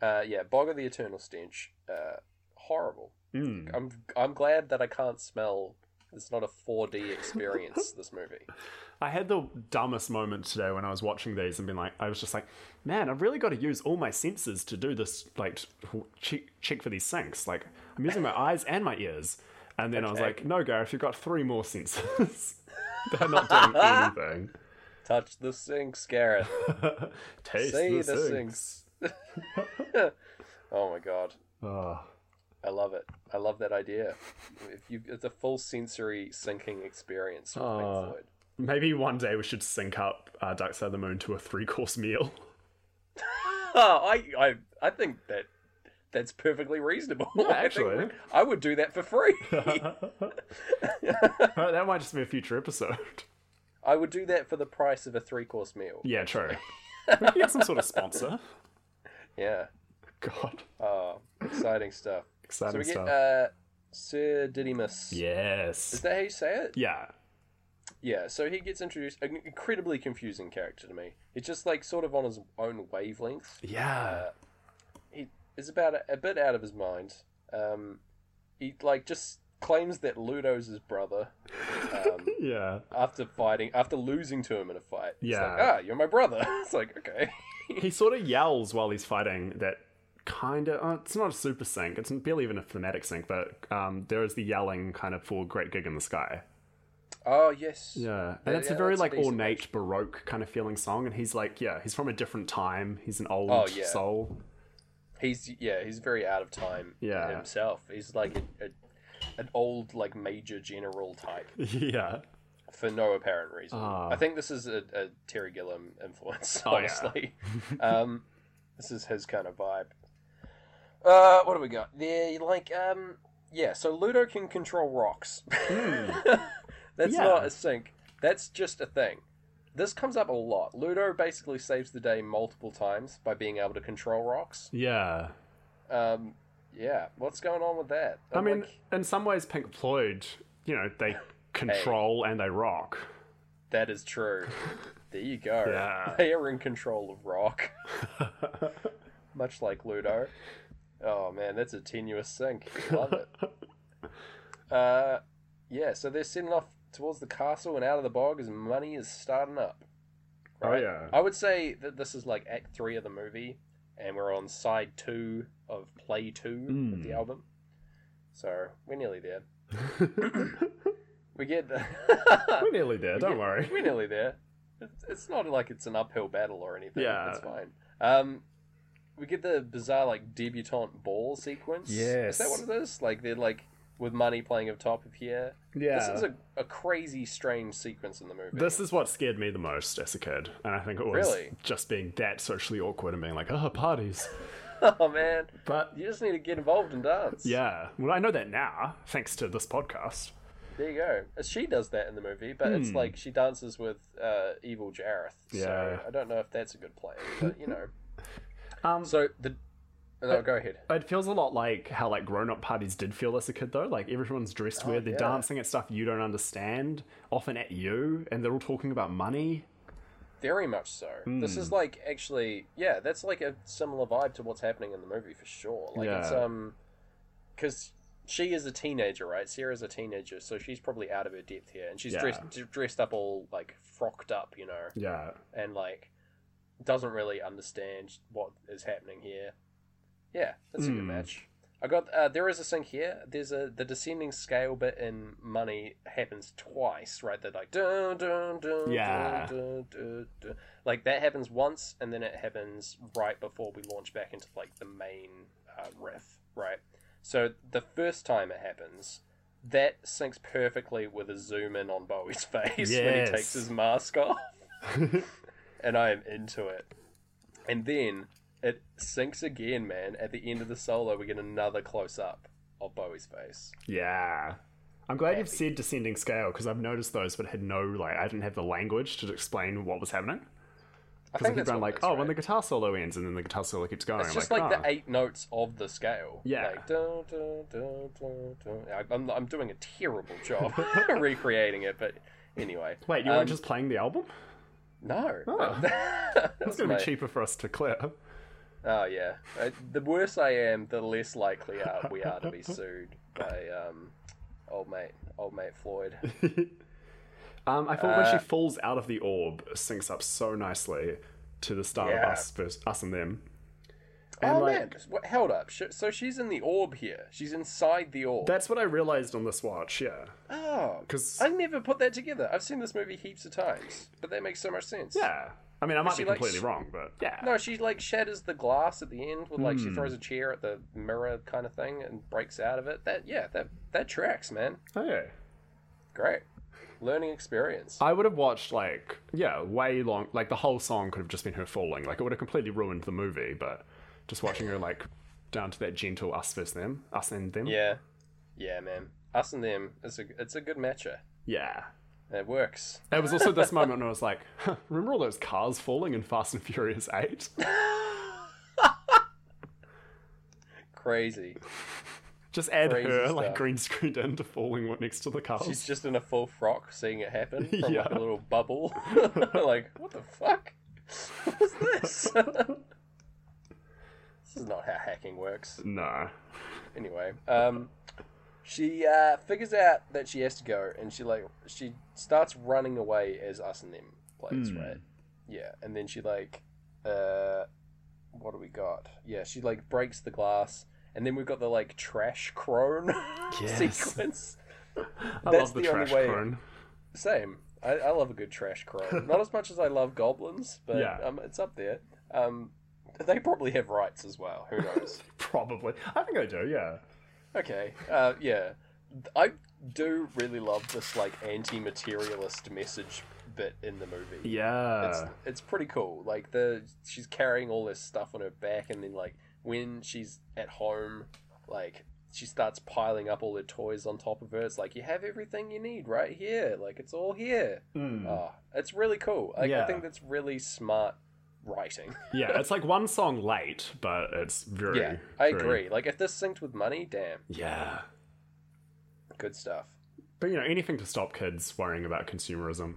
[SPEAKER 2] Uh, yeah, bog of the eternal stench. Uh, horrible.
[SPEAKER 1] Mm.
[SPEAKER 2] I'm I'm glad that I can't smell. It's not a 4D experience. this movie.
[SPEAKER 1] I had the dumbest moment today when I was watching these and being like, I was just like, man, I've really got to use all my senses to do this, like, to check, check for these sinks. Like, I'm using my eyes and my ears. And then I was like, no, Gareth, you've got three more senses. They're not doing anything.
[SPEAKER 2] Touch the sinks, Gareth.
[SPEAKER 1] Taste
[SPEAKER 2] See
[SPEAKER 1] the,
[SPEAKER 2] the
[SPEAKER 1] sinks.
[SPEAKER 2] sinks. oh my god,
[SPEAKER 1] Oh,
[SPEAKER 2] I love it. I love that idea. If you, it's a full sensory sinking experience. With
[SPEAKER 1] Oh.
[SPEAKER 2] Pink Floyd.
[SPEAKER 1] maybe one day we should sync up uh, Dark Side of the Moon to a three course meal.
[SPEAKER 2] Oh, I, I, I think that that's perfectly reasonable. I think
[SPEAKER 1] actually.
[SPEAKER 2] I would do that for free.
[SPEAKER 1] Alright, that might just be a future episode.
[SPEAKER 2] I would do that for the price of a three-course meal.
[SPEAKER 1] Yeah, true. we can get some sort of sponsor.
[SPEAKER 2] Yeah.
[SPEAKER 1] God.
[SPEAKER 2] Oh, exciting stuff.
[SPEAKER 1] Exciting
[SPEAKER 2] so we get
[SPEAKER 1] stuff.
[SPEAKER 2] uh, Sir Didymus. Is
[SPEAKER 1] yes.
[SPEAKER 2] that how you say it?
[SPEAKER 1] Yeah.
[SPEAKER 2] Yeah. So he gets introduced. An incredibly confusing character to me. He's just like sort of on his own wavelength.
[SPEAKER 1] Yeah.
[SPEAKER 2] He is about a, a bit out of his mind. Um, he like just claims that Ludo's his brother. Um,
[SPEAKER 1] Yeah.
[SPEAKER 2] after fighting, after losing to him in a fight. It's
[SPEAKER 1] Yeah.
[SPEAKER 2] like, ah, you're my brother. It's like, okay.
[SPEAKER 1] He sort of yells while he's fighting that kind of. Uh, it's not a super sync. It's barely even a thematic sync, but um, there is the yelling kind of for Great Gig in the Sky.
[SPEAKER 2] Oh, yes.
[SPEAKER 1] Yeah.
[SPEAKER 2] Yeah,
[SPEAKER 1] And it's
[SPEAKER 2] yeah,
[SPEAKER 1] a very
[SPEAKER 2] that's a
[SPEAKER 1] like
[SPEAKER 2] decent
[SPEAKER 1] ornate Baroque kind of feeling song. And he's like, yeah, he's from a different time. He's an old
[SPEAKER 2] Oh, yeah.
[SPEAKER 1] soul.
[SPEAKER 2] He's, yeah, he's very out of time
[SPEAKER 1] Yeah.
[SPEAKER 2] himself. He's like a, a, an old, like, major general type
[SPEAKER 1] yeah.
[SPEAKER 2] for no apparent reason.
[SPEAKER 1] Ah.
[SPEAKER 2] I think this is a, a Terry Gilliam influence,
[SPEAKER 1] Oh, yeah.
[SPEAKER 2] honestly. um, this is his kind of vibe. Uh, what do we got? They're like, um, yeah, so Ludo can control rocks. Hmm. That's
[SPEAKER 1] Yeah.
[SPEAKER 2] not a sink. That's just a thing. This comes up a lot. Ludo basically saves the day multiple times by being able to control rocks.
[SPEAKER 1] Yeah.
[SPEAKER 2] Um, yeah, what's going on with that?
[SPEAKER 1] I
[SPEAKER 2] I'm
[SPEAKER 1] mean,
[SPEAKER 2] like,
[SPEAKER 1] in some ways, Pink Floyd, you know, they control and they rock.
[SPEAKER 2] that is true. there you go.
[SPEAKER 1] Yeah.
[SPEAKER 2] They are in control of rock, much like Ludo. Oh man, that's a tenuous sink. Love it. uh, yeah. So they're sending off towards the castle and out of the bog as money is starting up.
[SPEAKER 1] Oh,
[SPEAKER 2] Right?
[SPEAKER 1] yeah.
[SPEAKER 2] I would say that this is like Act Three of the movie, and we're on side two of Play Two of the
[SPEAKER 1] Mm.
[SPEAKER 2] album. So we're nearly there. We get
[SPEAKER 1] We're nearly there. Don't worry.
[SPEAKER 2] We're nearly there. It's- It's not like it's an uphill battle or anything.
[SPEAKER 1] Yeah.
[SPEAKER 2] it's fine. Um, we get the bizarre like debutante ball sequence. is that
[SPEAKER 1] Yes.
[SPEAKER 2] what it is? Like they're like with money playing up top of here.
[SPEAKER 1] Yeah.
[SPEAKER 2] This is a, a crazy, strange sequence in the movie.
[SPEAKER 1] This is what scared me the most as a kid, and I think it was
[SPEAKER 2] Really?
[SPEAKER 1] just being that socially awkward and being like, "Oh, parties."
[SPEAKER 2] oh man,
[SPEAKER 1] But
[SPEAKER 2] you just need to get involved and dance.
[SPEAKER 1] yeah, well, I know that now thanks to this podcast.
[SPEAKER 2] there you go. Uh, She does that in the movie, but it's
[SPEAKER 1] Hmm.
[SPEAKER 2] like she dances with uh, evil Jareth. So
[SPEAKER 1] Yeah.
[SPEAKER 2] I don't know if that's a good plan, but you know.
[SPEAKER 1] Um,
[SPEAKER 2] so the
[SPEAKER 1] Uh,
[SPEAKER 2] no, go ahead.
[SPEAKER 1] It feels a lot like how like grown-up parties did feel as a kid though. Like everyone's dressed weird, they're
[SPEAKER 2] Oh, yeah.
[SPEAKER 1] dancing at stuff you don't understand, often at you, and they're all talking about money.
[SPEAKER 2] Very much so. This
[SPEAKER 1] Hmm.
[SPEAKER 2] is like actually, yeah, that's like a similar vibe to what's happening in the movie for sure. Like it's
[SPEAKER 1] Yeah.
[SPEAKER 2] um, because she is a teenager, right? Sarah's a teenager, so she's probably out of her depth here, and she's
[SPEAKER 1] Yeah.
[SPEAKER 2] dressed d- dressed up all like frocked up, you know,
[SPEAKER 1] Yeah,
[SPEAKER 2] and like doesn't really understand what is happening here. Yeah, that's a good
[SPEAKER 1] Mm.
[SPEAKER 2] match. I got uh, there is a sink here. There's a the descending scale bit in money happens twice, right? They're like dun dun dun
[SPEAKER 1] Yeah.
[SPEAKER 2] dun, dun, dun, dun. like that happens once, and then it happens right before we launch back into like the main uh, riff, right? So the first time it happens, that syncs perfectly with a zoom in on Bowie's face when he
[SPEAKER 1] Yes.
[SPEAKER 2] takes his mask off, and I am into it. And then it sinks again, man. At the end of the solo, we get another close up of Bowie's face.
[SPEAKER 1] yeah. I'm glad you've said descending scale because I've noticed those, but had no like I didn't have the language to explain what was happening.
[SPEAKER 2] I
[SPEAKER 1] Because I
[SPEAKER 2] think
[SPEAKER 1] keep
[SPEAKER 2] that's
[SPEAKER 1] going
[SPEAKER 2] what
[SPEAKER 1] like,
[SPEAKER 2] it is,
[SPEAKER 1] oh,
[SPEAKER 2] right?
[SPEAKER 1] when the guitar solo ends, and then the guitar solo keeps going.
[SPEAKER 2] It's just
[SPEAKER 1] like,
[SPEAKER 2] like,
[SPEAKER 1] "Ah."
[SPEAKER 2] the eight notes of the scale.
[SPEAKER 1] Yeah.
[SPEAKER 2] Like, dun, dun, dun, dun, dun. I- I'm, I'm doing a terrible job recreating it, but anyway.
[SPEAKER 1] Wait, you
[SPEAKER 2] Um,
[SPEAKER 1] weren't just playing the album?
[SPEAKER 2] No.
[SPEAKER 1] Oh.
[SPEAKER 2] That's
[SPEAKER 1] It's going to
[SPEAKER 2] my-
[SPEAKER 1] be cheaper for us to clear.
[SPEAKER 2] Oh yeah. Uh, the worse I am, the less likely uh, we are to be sued by um, old mate, old mate Floyd.
[SPEAKER 1] Um, I thought
[SPEAKER 2] Uh,
[SPEAKER 1] when she falls out of the orb, it syncs up so nicely to the start
[SPEAKER 2] Yeah.
[SPEAKER 1] of us, vers us and them.
[SPEAKER 2] oh
[SPEAKER 1] like-
[SPEAKER 2] man, what, held up. Sh- So she's in the orb here. She's inside the orb.
[SPEAKER 1] That's what I realized on this watch, yeah.
[SPEAKER 2] oh,
[SPEAKER 1] Because,
[SPEAKER 2] I never put that together. I've seen this movie heaps of times, but that makes so much sense.
[SPEAKER 1] yeah. I mean, I might
[SPEAKER 2] she,
[SPEAKER 1] be
[SPEAKER 2] like,
[SPEAKER 1] completely
[SPEAKER 2] sh-
[SPEAKER 1] wrong, but yeah.
[SPEAKER 2] No, she like shatters the glass at the end with like
[SPEAKER 1] Hmm.
[SPEAKER 2] she throws a chair at the mirror kind of thing and breaks out of it. That yeah, that that tracks, man.
[SPEAKER 1] Okay.
[SPEAKER 2] Great. Learning experience.
[SPEAKER 1] I would have watched, like, yeah, way long. Like, the whole song could have just been her falling. Like, it would have completely ruined the movie, but just watching her, like, down to that gentle us versus them, us and them.
[SPEAKER 2] Yeah. Yeah, man. Us and them is a it's a good matcher.
[SPEAKER 1] Yeah.
[SPEAKER 2] It works.
[SPEAKER 1] It was also this moment when I was like, huh, remember all those cars falling in Fast and Furious 8?
[SPEAKER 2] Crazy.
[SPEAKER 1] Just add
[SPEAKER 2] Crazy
[SPEAKER 1] her,
[SPEAKER 2] stuff.
[SPEAKER 1] like, green screened into falling next to the cars.
[SPEAKER 2] She's just in a full frock seeing it happen from like
[SPEAKER 1] Yeah.
[SPEAKER 2] a little bubble. like, what the fuck? What's this? this is not how hacking works.
[SPEAKER 1] No.
[SPEAKER 2] Anyway, um she uh figures out that she has to go and she like she starts running away as us and them plays,
[SPEAKER 1] Hmm.
[SPEAKER 2] right? Yeah, and then she like, uh, what do we got? Yeah, she like breaks the glass, and then we've got the like trash crone
[SPEAKER 1] Yes.
[SPEAKER 2] sequence.
[SPEAKER 1] I
[SPEAKER 2] That's
[SPEAKER 1] love the,
[SPEAKER 2] the only
[SPEAKER 1] trash
[SPEAKER 2] way-
[SPEAKER 1] cone.
[SPEAKER 2] Same. I, I love a good trash crone. Not as much as I love goblins, but
[SPEAKER 1] Yeah.
[SPEAKER 2] um, it's up there. Um, they probably have rights as well. Who knows?
[SPEAKER 1] Probably. I think I do, yeah.
[SPEAKER 2] okay. Uh, yeah, I do really love this like anti-materialist message bit in the movie.
[SPEAKER 1] Yeah.
[SPEAKER 2] it's it's pretty cool. Like the she's carrying all this stuff on her back, and then like when she's at home, like she starts piling up all her toys on top of her. It's like you have everything you need right here. Like it's all here.
[SPEAKER 1] Mm.
[SPEAKER 2] Oh, it's really cool. Like, I
[SPEAKER 1] Yeah.
[SPEAKER 2] think that's really smart writing.
[SPEAKER 1] yeah, it's like one song late, but it's very.
[SPEAKER 2] yeah, I
[SPEAKER 1] very-
[SPEAKER 2] agree. Like if this synced with money, damn,
[SPEAKER 1] Yeah.
[SPEAKER 2] good stuff.
[SPEAKER 1] But, you know, anything to stop kids worrying about consumerism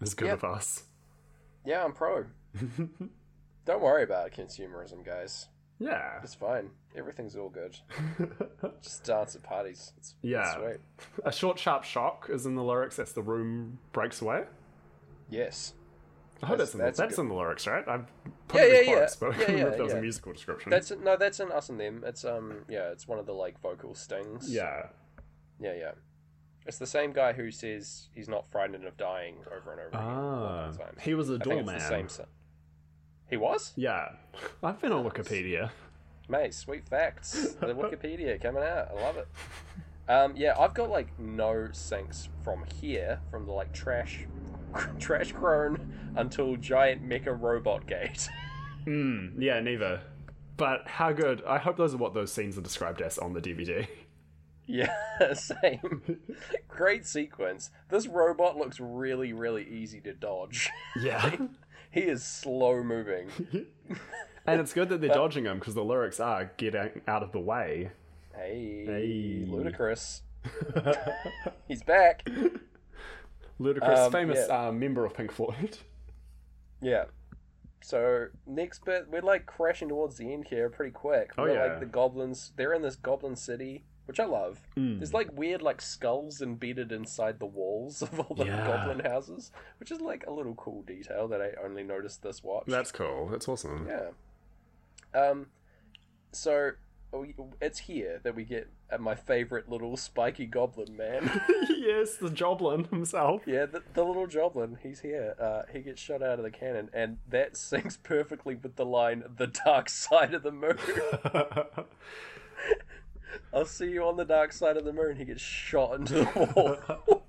[SPEAKER 1] is good of
[SPEAKER 2] Yep.
[SPEAKER 1] us.
[SPEAKER 2] Yeah, I'm pro. Don't worry about consumerism, guys.
[SPEAKER 1] Yeah.
[SPEAKER 2] It's fine. Everything's all good. Just dance at parties. It's,
[SPEAKER 1] Yeah.
[SPEAKER 2] it's sweet.
[SPEAKER 1] A short, sharp shock is in the lyrics. That's the room breaks away.
[SPEAKER 2] Yes.
[SPEAKER 1] I hope
[SPEAKER 2] That's-
[SPEAKER 1] that's, in, the,
[SPEAKER 2] that's
[SPEAKER 1] that's,
[SPEAKER 2] a good-
[SPEAKER 1] in the lyrics, right? I've put
[SPEAKER 2] Yeah,
[SPEAKER 1] it in
[SPEAKER 2] yeah, yeah.
[SPEAKER 1] quotes, but I
[SPEAKER 2] Yeah,
[SPEAKER 1] can't remember
[SPEAKER 2] yeah,
[SPEAKER 1] if that was
[SPEAKER 2] yeah.
[SPEAKER 1] a musical description.
[SPEAKER 2] That's no, that's in us and them. It's um, yeah, it's one of the like vocal stings.
[SPEAKER 1] Yeah.
[SPEAKER 2] Yeah, yeah. It's the same guy who says he's not frightened of dying over and over again.
[SPEAKER 1] Ah,
[SPEAKER 2] all the time.
[SPEAKER 1] he was a
[SPEAKER 2] I think it's
[SPEAKER 1] doorman.
[SPEAKER 2] the same. Son. He was?
[SPEAKER 1] Yeah, I've been on Wikipedia.
[SPEAKER 2] Mate, sweet facts. The Wikipedia coming out. I love it. Um, yeah, I've got like no sinks from here, from the like trash, trash crone until giant mecha robot gate.
[SPEAKER 1] Mm,
[SPEAKER 2] Hmm.
[SPEAKER 1] yeah, neither. But how good? I hope those are what those scenes are described as on the DVD.
[SPEAKER 2] yeah, same. Great sequence. This robot looks really, really easy to dodge.
[SPEAKER 1] Yeah,
[SPEAKER 2] He is slow moving.
[SPEAKER 1] and it's good that they're dodging them because the lyrics are "Get out- out of the way."
[SPEAKER 2] Hey,
[SPEAKER 1] Hey.
[SPEAKER 2] ludicrous. He's back.
[SPEAKER 1] Ludacris,
[SPEAKER 2] Um,
[SPEAKER 1] famous
[SPEAKER 2] yeah.
[SPEAKER 1] uh, member of Pink Floyd.
[SPEAKER 2] Yeah. So next bit, we're like crashing towards the end here pretty quick.
[SPEAKER 1] Oh,
[SPEAKER 2] we're
[SPEAKER 1] yeah.
[SPEAKER 2] like the goblins. They're in this goblin city, which I love.
[SPEAKER 1] Hmm.
[SPEAKER 2] There's like weird like skulls embedded inside the walls of all the
[SPEAKER 1] Yeah.
[SPEAKER 2] goblin houses, which is like a little cool detail that I only noticed this watch.
[SPEAKER 1] That's cool. That's awesome.
[SPEAKER 2] yeah. Um, so we- it's here that we get uh, my favorite little spiky goblin man.
[SPEAKER 1] yes, the Joblin himself.
[SPEAKER 2] Yeah, the, the little Joblin, he's here. Uh, he gets shot out of the cannon, and that syncs perfectly with the line, the dark side of the moon. uh, I'll see you on the dark side of the moon. He gets shot into the wall.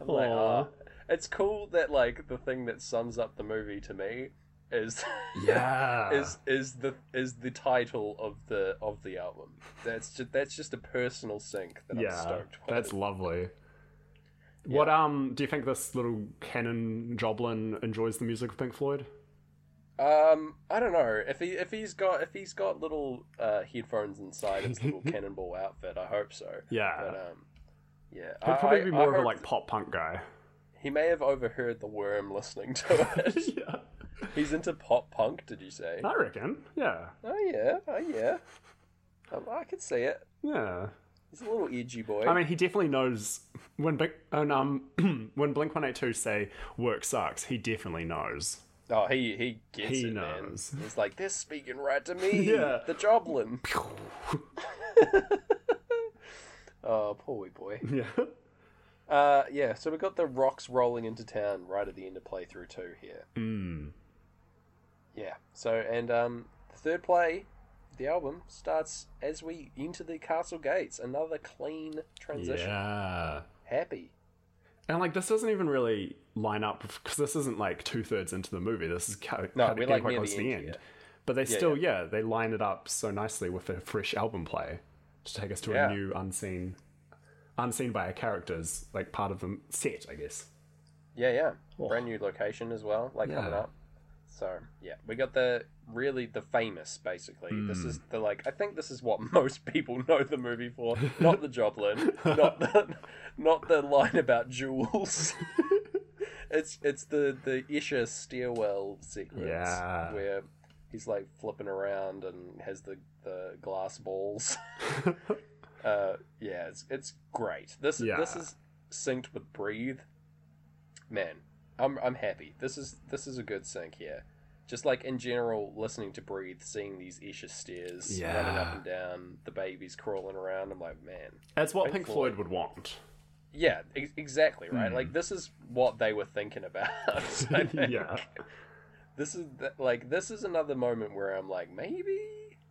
[SPEAKER 2] I'm like,
[SPEAKER 1] Aw.
[SPEAKER 2] ah. It's cool that, like, the thing that sums up the movie to me is.
[SPEAKER 1] yeah.
[SPEAKER 2] Is is the is the title of the of the album? That's just that's just a personal sync that I'm
[SPEAKER 1] yeah.
[SPEAKER 2] stoked with.
[SPEAKER 1] That's lovely. What um do you think this little canon Joblin enjoys the music of Pink Floyd?
[SPEAKER 2] Um, I don't know if he if he's got if he's got little uh, headphones inside his little cannonball outfit. I hope so.
[SPEAKER 1] Yeah.
[SPEAKER 2] But um, yeah,
[SPEAKER 1] He'd
[SPEAKER 2] I-
[SPEAKER 1] probably
[SPEAKER 2] I-
[SPEAKER 1] be
[SPEAKER 2] I
[SPEAKER 1] more of a
[SPEAKER 2] hope
[SPEAKER 1] like pop punk guy.
[SPEAKER 2] he may have overheard the worm listening to it.
[SPEAKER 1] yeah.
[SPEAKER 2] he's into pop punk. Did you say?
[SPEAKER 1] I reckon. Yeah.
[SPEAKER 2] Oh yeah, oh yeah. Um, I can see it.
[SPEAKER 1] Yeah.
[SPEAKER 2] He's a little edgy boy.
[SPEAKER 1] I mean, he definitely knows when Blink and um when Blink One Eight Two say "work sucks." He definitely knows.
[SPEAKER 2] oh, he he gets
[SPEAKER 1] He
[SPEAKER 2] it,
[SPEAKER 1] knows.
[SPEAKER 2] man. He's like, they're speaking right to me.
[SPEAKER 1] Yeah.
[SPEAKER 2] The Joblin. Oh, poor wee boy.
[SPEAKER 1] yeah.
[SPEAKER 2] Uh, yeah, so we got the rocks rolling into town right at the end of playthrough two here.
[SPEAKER 1] Mm.
[SPEAKER 2] Yeah. So and um, the third play, the album starts as we enter the castle gates. Another clean transition.
[SPEAKER 1] Yeah.
[SPEAKER 2] Happy.
[SPEAKER 1] And like this doesn't even really line up because this isn't like two thirds into the movie. This is ca-
[SPEAKER 2] No,
[SPEAKER 1] ca-
[SPEAKER 2] we're,
[SPEAKER 1] getting
[SPEAKER 2] like,
[SPEAKER 1] quite
[SPEAKER 2] near
[SPEAKER 1] close
[SPEAKER 2] the
[SPEAKER 1] to the
[SPEAKER 2] end,
[SPEAKER 1] end.
[SPEAKER 2] yeah.
[SPEAKER 1] But they
[SPEAKER 2] Yeah,
[SPEAKER 1] still, yeah. they line it up so nicely with a fresh album play to take us to
[SPEAKER 2] Yeah.
[SPEAKER 1] a new unseen, unseen by our characters, like part of the set, I guess.
[SPEAKER 2] Yeah, yeah. Brand new location as well, like coming
[SPEAKER 1] Oh. Yeah.
[SPEAKER 2] up. So yeah, we got the really the famous basically. This
[SPEAKER 1] Hmm.
[SPEAKER 2] is the like I think this is what most people know the movie for. Not the Joplin, not the not the line about jewels. it's it's the the Isha stairwell sequence
[SPEAKER 1] Yeah.
[SPEAKER 2] where he's like flipping around and has the the glass balls. uh, yeah, it's it's great. This
[SPEAKER 1] Yeah.
[SPEAKER 2] this is synced with breathe. Man, I'm I'm happy. This is this is a good sync here. Just like in general, listening to breathe, seeing these Esha stairs running
[SPEAKER 1] Yeah.
[SPEAKER 2] up and down, the babies crawling around. I'm like, man,
[SPEAKER 1] That's what Pink
[SPEAKER 2] Pink
[SPEAKER 1] Floyd would want.
[SPEAKER 2] yeah, ex- exactly right.
[SPEAKER 1] Hmm.
[SPEAKER 2] Like this is what they were thinking about. I think.
[SPEAKER 1] yeah.
[SPEAKER 2] This is th- like this is another moment where I'm like, maybe,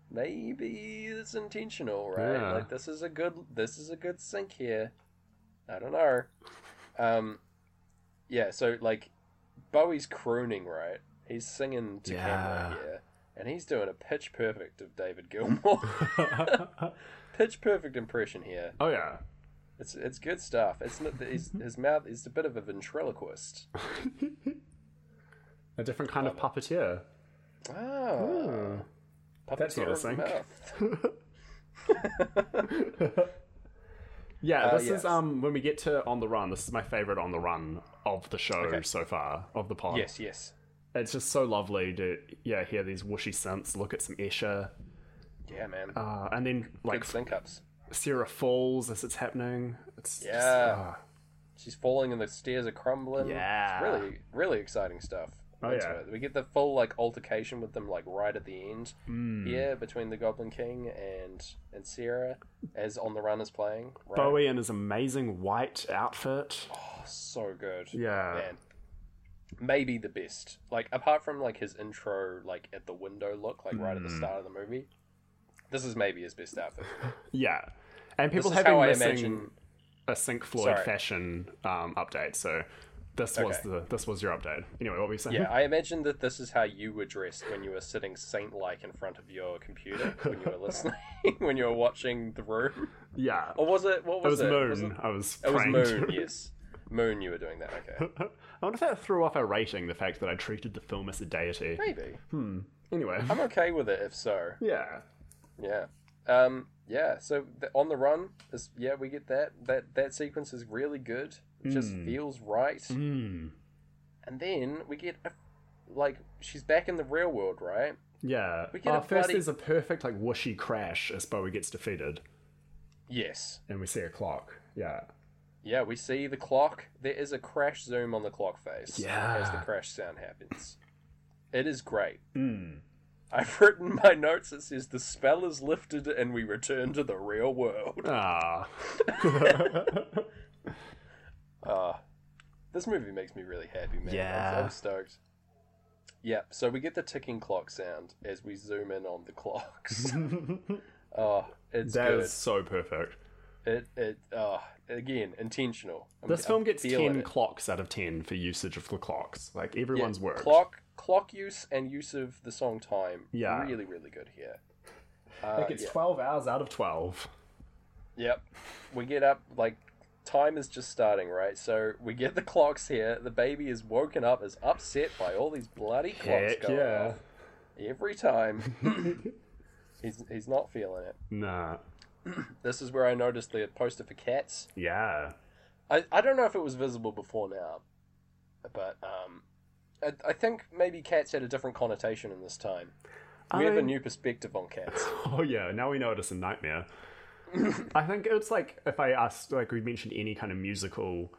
[SPEAKER 2] maybe it's intentional, right?
[SPEAKER 1] Yeah.
[SPEAKER 2] Like this is a good this is a good sync here. I don't know. Um, yeah. So like, Bowie's crooning, right? He's singing to
[SPEAKER 1] Yeah.
[SPEAKER 2] camera here, and he's doing a pitch perfect of David Gilmour. pitch perfect impression here.
[SPEAKER 1] oh yeah.
[SPEAKER 2] It's it's good stuff. It's not, his, his mouth is a bit of a ventriloquist.
[SPEAKER 1] A different kind of puppeteer.
[SPEAKER 2] Ah,
[SPEAKER 1] That's not a
[SPEAKER 2] puppeteer of
[SPEAKER 1] sync.
[SPEAKER 2] mouth.
[SPEAKER 1] Yeah,
[SPEAKER 2] Uh,
[SPEAKER 1] this
[SPEAKER 2] yes.
[SPEAKER 1] is um when we get to On the Run. This is my favorite On the Run of the show
[SPEAKER 2] Okay.
[SPEAKER 1] so far of the pod.
[SPEAKER 2] Yes, yes.
[SPEAKER 1] it's just so lovely to yeah hear these whooshy synths, look at some Escher,
[SPEAKER 2] Yeah, man.
[SPEAKER 1] uh, and then like
[SPEAKER 2] Big sync ups.
[SPEAKER 1] Sarah falls as it's happening. It's just,
[SPEAKER 2] Yeah.
[SPEAKER 1] ah,
[SPEAKER 2] She's falling and the stairs are crumbling.
[SPEAKER 1] Yeah.
[SPEAKER 2] It's really, really exciting stuff.
[SPEAKER 1] Oh,
[SPEAKER 2] That's
[SPEAKER 1] yeah.
[SPEAKER 2] right. We get the full like altercation with them like right at the end.
[SPEAKER 1] Mm.
[SPEAKER 2] Yeah, between the Goblin King and and Sarah as on the run is playing. Right.
[SPEAKER 1] Bowie in his amazing white outfit.
[SPEAKER 2] Oh, so good.
[SPEAKER 1] Yeah.
[SPEAKER 2] Man. Maybe the best. Like apart from like his intro like at the window look, like right at the
[SPEAKER 1] Mm.
[SPEAKER 2] start of the movie. This is maybe his best outfit.
[SPEAKER 1] Yeah. And people
[SPEAKER 2] this
[SPEAKER 1] have
[SPEAKER 2] is
[SPEAKER 1] been
[SPEAKER 2] how I
[SPEAKER 1] missing
[SPEAKER 2] imagine
[SPEAKER 1] a Sync Floyd
[SPEAKER 2] Sorry.
[SPEAKER 1] fashion um, update, so this was
[SPEAKER 2] Okay.
[SPEAKER 1] the this was your update. Anyway, what were you saying?
[SPEAKER 2] Yeah, I imagine that this is how you were dressed when you were sitting saint like in front of your computer when you were listening when you were watching the room.
[SPEAKER 1] Yeah.
[SPEAKER 2] Or was it what
[SPEAKER 1] it
[SPEAKER 2] was
[SPEAKER 1] was
[SPEAKER 2] it?
[SPEAKER 1] Moon.
[SPEAKER 2] Was it,
[SPEAKER 1] I was
[SPEAKER 2] it was
[SPEAKER 1] praying
[SPEAKER 2] Moon,
[SPEAKER 1] to.
[SPEAKER 2] yes. Moon you were doing that, okay.
[SPEAKER 1] I wonder if that threw off our rating, the fact that I treated the film as a deity.
[SPEAKER 2] Maybe.
[SPEAKER 1] Hmm. Anyway.
[SPEAKER 2] I'm okay with it if so.
[SPEAKER 1] yeah.
[SPEAKER 2] Yeah. Um, yeah. So the, on the run is yeah we get that that that sequence is really good. It just
[SPEAKER 1] Mm.
[SPEAKER 2] feels right.
[SPEAKER 1] Mm.
[SPEAKER 2] And then we get a, like she's back in the real world, right?
[SPEAKER 1] Yeah.
[SPEAKER 2] We get
[SPEAKER 1] Oh,
[SPEAKER 2] a
[SPEAKER 1] first
[SPEAKER 2] bloody-
[SPEAKER 1] there's a perfect like whooshy crash as Bowie gets defeated
[SPEAKER 2] Yes.
[SPEAKER 1] and we see a clock. Yeah.
[SPEAKER 2] Yeah. We see the clock. There is a crash zoom on the clock face. As the
[SPEAKER 1] Yeah.
[SPEAKER 2] crash sound happens, it is great.
[SPEAKER 1] Mm.
[SPEAKER 2] I've written my notes. It says the spell is lifted and we return to the real world.
[SPEAKER 1] Ah.
[SPEAKER 2] Uh, this movie makes me really happy, man.
[SPEAKER 1] Yeah.
[SPEAKER 2] I'm, I'm stoked. Yeah, so we get the ticking clock sound as we zoom in on the clocks. oh, it's
[SPEAKER 1] That
[SPEAKER 2] good.
[SPEAKER 1] is so perfect.
[SPEAKER 2] It it uh again intentional. I'm-
[SPEAKER 1] This
[SPEAKER 2] I'm
[SPEAKER 1] film gets
[SPEAKER 2] feeling
[SPEAKER 1] 10
[SPEAKER 2] it.
[SPEAKER 1] clocks out of 10 for usage of the clocks. Like,
[SPEAKER 2] Yeah,
[SPEAKER 1] everyone's work.
[SPEAKER 2] Clock clock use and use of the song time.
[SPEAKER 1] Yeah.
[SPEAKER 2] really really good here.
[SPEAKER 1] I
[SPEAKER 2] Uh,
[SPEAKER 1] think it's
[SPEAKER 2] yeah.
[SPEAKER 1] 12 hours out of 12.
[SPEAKER 2] Yep. We get up, like, time is just starting, right? So we get the clocks here. The baby is woken up, is upset by all these bloody clocks
[SPEAKER 1] Heck
[SPEAKER 2] going
[SPEAKER 1] yeah.
[SPEAKER 2] off. Every time. he's, he's not feeling it.
[SPEAKER 1] Nah.
[SPEAKER 2] This is where I noticed the poster for cats.
[SPEAKER 1] Yeah.
[SPEAKER 2] I, I don't know if it was visible before now, but um, I, I think maybe cats had a different connotation in this time. We
[SPEAKER 1] I
[SPEAKER 2] have a
[SPEAKER 1] mean-
[SPEAKER 2] new perspective on cats.
[SPEAKER 1] Oh, yeah. Now we know it is a nightmare. I think it's like if I asked, like, we mentioned any kind of musical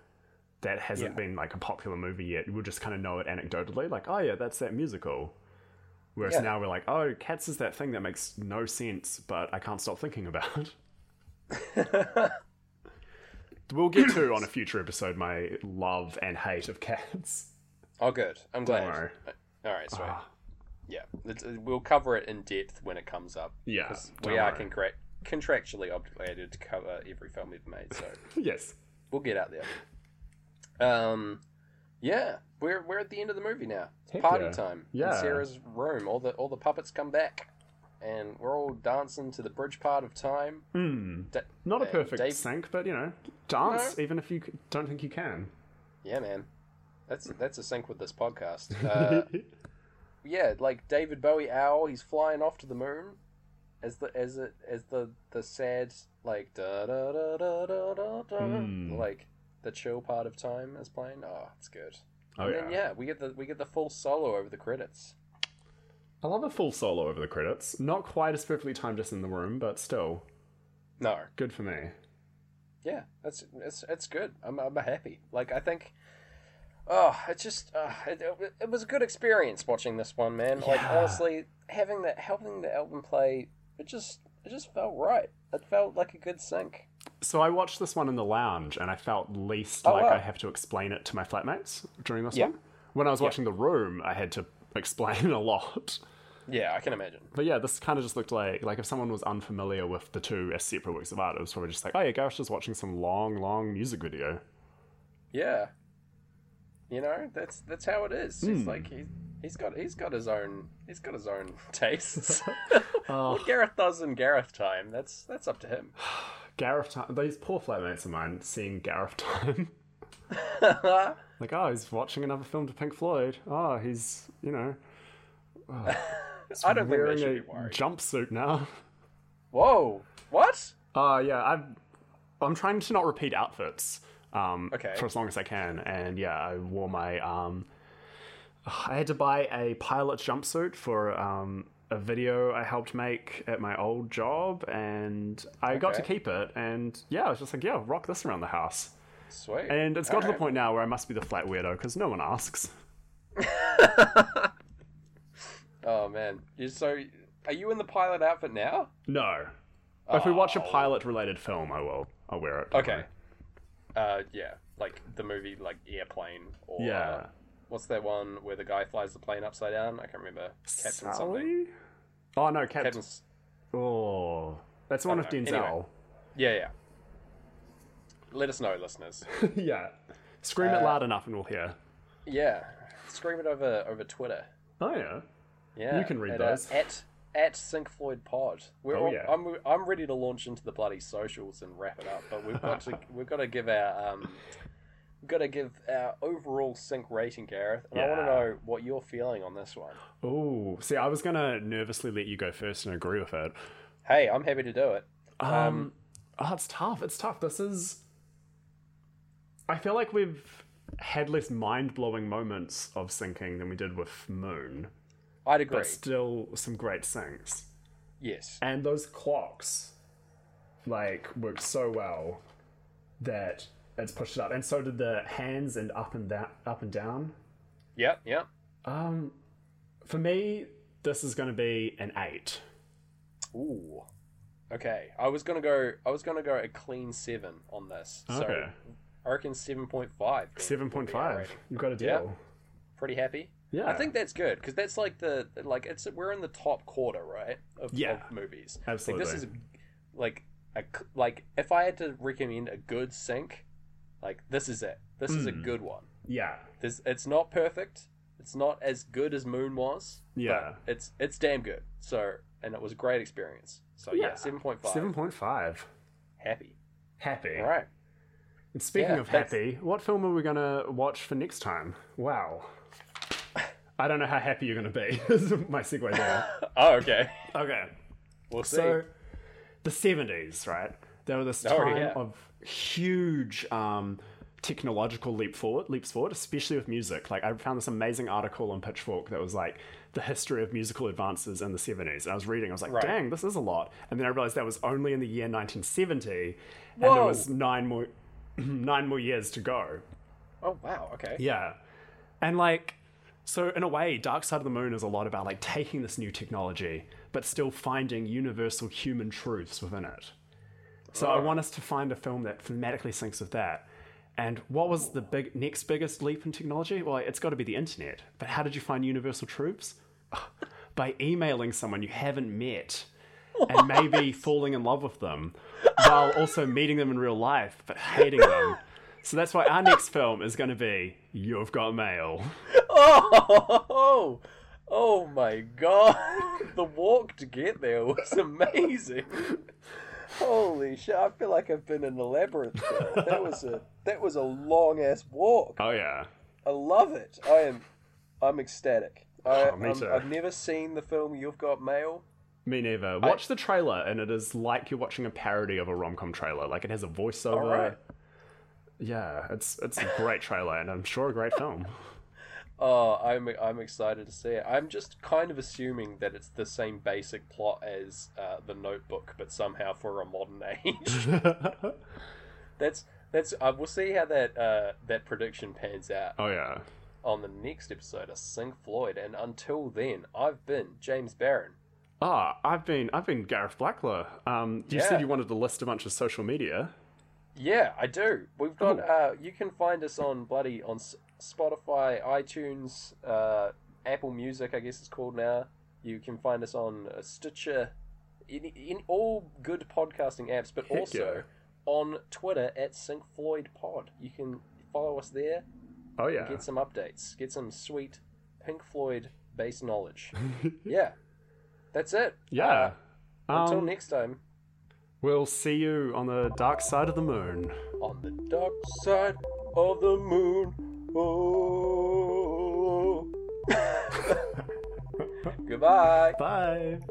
[SPEAKER 1] that hasn't
[SPEAKER 2] Yeah.
[SPEAKER 1] been, like, a popular movie yet, we'll just kind of know it anecdotally. Like, oh, yeah, that's that musical. Whereas
[SPEAKER 2] Yeah.
[SPEAKER 1] now we're like, oh, Cats is that thing that makes no sense, but I can't stop thinking about. We'll get to on a future episode my love and hate of cats.
[SPEAKER 2] oh, good. I'm glad.
[SPEAKER 1] worry.
[SPEAKER 2] All right, sweet.
[SPEAKER 1] Ah.
[SPEAKER 2] Yeah, it's, uh, we'll cover it in depth when it comes up.
[SPEAKER 1] Yeah,
[SPEAKER 2] 'Cause
[SPEAKER 1] don't
[SPEAKER 2] we are
[SPEAKER 1] worry.
[SPEAKER 2] concre- contractually obligated to cover every film we've made, so
[SPEAKER 1] Yes.
[SPEAKER 2] we'll get out there. Um, yeah, we're we're at the end of the movie now. It's
[SPEAKER 1] Heck
[SPEAKER 2] party
[SPEAKER 1] yeah.
[SPEAKER 2] time. in
[SPEAKER 1] Yeah.
[SPEAKER 2] Sarah's room. All the all the puppets come back, and we're all dancing to the bridge part of time.
[SPEAKER 1] Hmm.
[SPEAKER 2] Da-
[SPEAKER 1] Not a
[SPEAKER 2] uh,
[SPEAKER 1] perfect
[SPEAKER 2] Dave-
[SPEAKER 1] sync, but you know, dance even if you c- don't think you can.
[SPEAKER 2] yeah, man, that's that's a sync with this podcast. Uh, yeah, like David Bowie owl, he's flying off to the moon as the as it as the the sad like da da da da da da, da
[SPEAKER 1] Mm.
[SPEAKER 2] like the chill part of time is playing. Oh, it's good.
[SPEAKER 1] oh
[SPEAKER 2] and
[SPEAKER 1] yeah.
[SPEAKER 2] then yeah, we get the we get the full solo over the credits.
[SPEAKER 1] I love a full solo over the credits. Not quite as perfectly timed as in the room, but still
[SPEAKER 2] No,
[SPEAKER 1] good for me.
[SPEAKER 2] yeah, that's it's it's good. I'm I'm happy. Like I think. Oh, it's just uh, it, it, it was a good experience watching this one, man. Like
[SPEAKER 1] Yeah.
[SPEAKER 2] honestly, having that helping the album play, it just it just felt right. It felt like a good sync.
[SPEAKER 1] So I watched this one in the lounge, and I felt least
[SPEAKER 2] Oh,
[SPEAKER 1] like
[SPEAKER 2] wow.
[SPEAKER 1] I have to explain it to my flatmates during this
[SPEAKER 2] Yeah.
[SPEAKER 1] one. When I was watching the room, I had to explain a lot.
[SPEAKER 2] Yeah, I can imagine.
[SPEAKER 1] But yeah, this kind of just looked like like if someone was unfamiliar with the two as separate works of art, it was probably just like, oh yeah, Gareth's just watching some long, long music video.
[SPEAKER 2] Yeah, you know that's that's how it is. He's
[SPEAKER 1] Mm.
[SPEAKER 2] like he he's got he's got his own he's got his own tastes.
[SPEAKER 1] Oh,
[SPEAKER 2] what Gareth does in Gareth time, that's that's up to him.
[SPEAKER 1] Gareth time. These poor flatmates of mine seeing Gareth time. like, oh, he's watching another film to Pink Floyd. Oh, he's you know
[SPEAKER 2] I don't think they
[SPEAKER 1] wearing
[SPEAKER 2] should be
[SPEAKER 1] a
[SPEAKER 2] worried.
[SPEAKER 1] jumpsuit now.
[SPEAKER 2] Whoa, what?
[SPEAKER 1] Uh yeah, I'm I'm trying to not repeat outfits. Um,
[SPEAKER 2] Okay.
[SPEAKER 1] For as long as I can, and yeah, I wore my um, I had to buy a pilot jumpsuit for um a video I helped make at my old job, and I got to
[SPEAKER 2] Okay.
[SPEAKER 1] keep it. And yeah, I was just like, yeah, rock this around the house.
[SPEAKER 2] Sweet.
[SPEAKER 1] And it's got to the
[SPEAKER 2] Alright.
[SPEAKER 1] point now where I must be the flat weirdo because no one asks.
[SPEAKER 2] oh man, you're so. Are you in the pilot outfit now?
[SPEAKER 1] No. If we watch a
[SPEAKER 2] Oh.
[SPEAKER 1] pilot related film, I will. I'll wear it. don't
[SPEAKER 2] Okay. Uh, yeah, like the movie, like Airplane or
[SPEAKER 1] worry. Yeah.
[SPEAKER 2] uh, what's that one where the guy flies the plane upside down? I can't remember. Captain something.
[SPEAKER 1] Sally? Oh no, Captain.
[SPEAKER 2] Captain. S-
[SPEAKER 1] Oh, that's the one with
[SPEAKER 2] don't know.
[SPEAKER 1] Denzel.
[SPEAKER 2] Yeah, yeah. Let us know, listeners.
[SPEAKER 1] yeah. Scream
[SPEAKER 2] Uh,
[SPEAKER 1] it loud enough, and we'll hear.
[SPEAKER 2] yeah, scream it over over Twitter.
[SPEAKER 1] Oh yeah.
[SPEAKER 2] Yeah,
[SPEAKER 1] can read
[SPEAKER 2] at, uh,
[SPEAKER 1] those.
[SPEAKER 2] at at Sync Floyd Pod. We're
[SPEAKER 1] Oh,
[SPEAKER 2] all,
[SPEAKER 1] yeah.
[SPEAKER 2] I'm I'm ready to launch into the bloody socials and wrap it up, but we've got to we've got to give our um, we've got to give our overall sync rating, Gareth. And I want to
[SPEAKER 1] Yeah.
[SPEAKER 2] know what you're feeling on this one.
[SPEAKER 1] Oh, see, I was gonna nervously let you go first and agree with it.
[SPEAKER 2] Hey, I'm happy to do it.
[SPEAKER 1] Um, oh, it's tough. It's tough. This is. I feel like we've had less mind blowing moments of sinking than we did with Moon,
[SPEAKER 2] I'd
[SPEAKER 1] but
[SPEAKER 2] agree.
[SPEAKER 1] still some great sinks.
[SPEAKER 2] Yes.
[SPEAKER 1] And those clocks, like, worked so well that it's pushed it up. And so did the hands and up and down, up and down.
[SPEAKER 2] Yep. Yep.
[SPEAKER 1] Um, for me, this is going to be an eight.
[SPEAKER 2] Ooh. Okay. I was gonna go. I was gonna go a clean seven on this. So I reckon seven point five.
[SPEAKER 1] seven point five. You've got a
[SPEAKER 2] Yeah.
[SPEAKER 1] deal.
[SPEAKER 2] Pretty happy.
[SPEAKER 1] Yeah,
[SPEAKER 2] I think that's good because that's like the like it's we're in the top quarter, right? Of,
[SPEAKER 1] Yeah.
[SPEAKER 2] of movies.
[SPEAKER 1] Absolutely.
[SPEAKER 2] Like this is like a c- like if I had to recommend a good sync, like this is it. This is a
[SPEAKER 1] Hmm.
[SPEAKER 2] good one.
[SPEAKER 1] yeah,
[SPEAKER 2] This it's not perfect. It's not as good as Moon was.
[SPEAKER 1] Yeah.
[SPEAKER 2] But it's it's damn good. So and it was a great experience. So yeah,
[SPEAKER 1] Yeah.
[SPEAKER 2] seven point five.
[SPEAKER 1] seven point five.
[SPEAKER 2] Happy.
[SPEAKER 1] Happy.
[SPEAKER 2] All right.
[SPEAKER 1] And speaking
[SPEAKER 2] Yeah,
[SPEAKER 1] of
[SPEAKER 2] that's-
[SPEAKER 1] happy, what film are we gonna watch for next time? Wow. I don't know how happy you're gonna be. is my segue there.
[SPEAKER 2] Oh okay.
[SPEAKER 1] okay,
[SPEAKER 2] We'll see.
[SPEAKER 1] so the seventies, right? There were this
[SPEAKER 2] Oh,
[SPEAKER 1] time
[SPEAKER 2] yeah.
[SPEAKER 1] of huge um, technological leap forward, leaps forward, especially with music. Like I found this amazing article on Pitchfork that was like the history of musical advances in the seventies, and I was reading, I was like, dang, this is a lot. And then I realized that was only in the year nineteen seventy, and there
[SPEAKER 2] Whoa.
[SPEAKER 1] was nine more nine more years to go.
[SPEAKER 2] oh wow. Okay.
[SPEAKER 1] Yeah. And like so in a way, Dark Side of the Moon is a lot about like taking this new technology, but still finding universal human truths within it. So I want us to find a film that thematically syncs with that. And what was the big next biggest leap in technology? Well, it's got to be the internet. But how did you find universal truths? By emailing someone you haven't met and maybe falling in love with them while also meeting them in real life but hating them. So that's why our next film is going to be You've Got Mail.
[SPEAKER 2] Oh, oh my god. The walk to get there was amazing. Holy shit, I feel like I've been in a labyrinth there. That was a that was a long ass walk.
[SPEAKER 1] Oh yeah.
[SPEAKER 2] I love it. I am I'm ecstatic. I,
[SPEAKER 1] Oh, me
[SPEAKER 2] I'm-
[SPEAKER 1] too.
[SPEAKER 2] I've never seen the film You've Got Mail.
[SPEAKER 1] Me neither. Watch the trailer and it is like you're watching a parody of a rom-com trailer. Like it has a voiceover.
[SPEAKER 2] Alright.
[SPEAKER 1] Yeah, it's it's a great trailer and I'm sure a great film.
[SPEAKER 2] Oh, I'm I'm excited to see it. I'm just kind of assuming that it's the same basic plot as uh, the Notebook, but somehow for a modern age. That's that's. Uh, we'll see how that uh, that prediction pans out
[SPEAKER 1] oh yeah.
[SPEAKER 2] on the next episode of Sink Floyd. And until then, I've been James Barron.
[SPEAKER 1] Ah, I've been I've been Gareth Blackler. Um, you
[SPEAKER 2] Yeah.
[SPEAKER 1] said you wanted to list a bunch of social media.
[SPEAKER 2] Yeah, I do. We've got. Uh, you can find us on bloody on S- Spotify, iTunes, uh, Apple Music. I guess it's called now. You can find us on uh, Stitcher, in, in all good podcasting apps, but
[SPEAKER 1] Heck
[SPEAKER 2] also
[SPEAKER 1] yeah.
[SPEAKER 2] on Twitter at Sync Floyd Pod. You can follow us there.
[SPEAKER 1] Oh yeah.
[SPEAKER 2] get some updates, get some sweet Pink Floyd bass knowledge. yeah, that's it.
[SPEAKER 1] yeah.
[SPEAKER 2] Uh, until
[SPEAKER 1] Um,
[SPEAKER 2] next time
[SPEAKER 1] We'll see you on the dark side of the moon.
[SPEAKER 2] on the dark side of the moon. Oh. Goodbye.
[SPEAKER 1] Bye.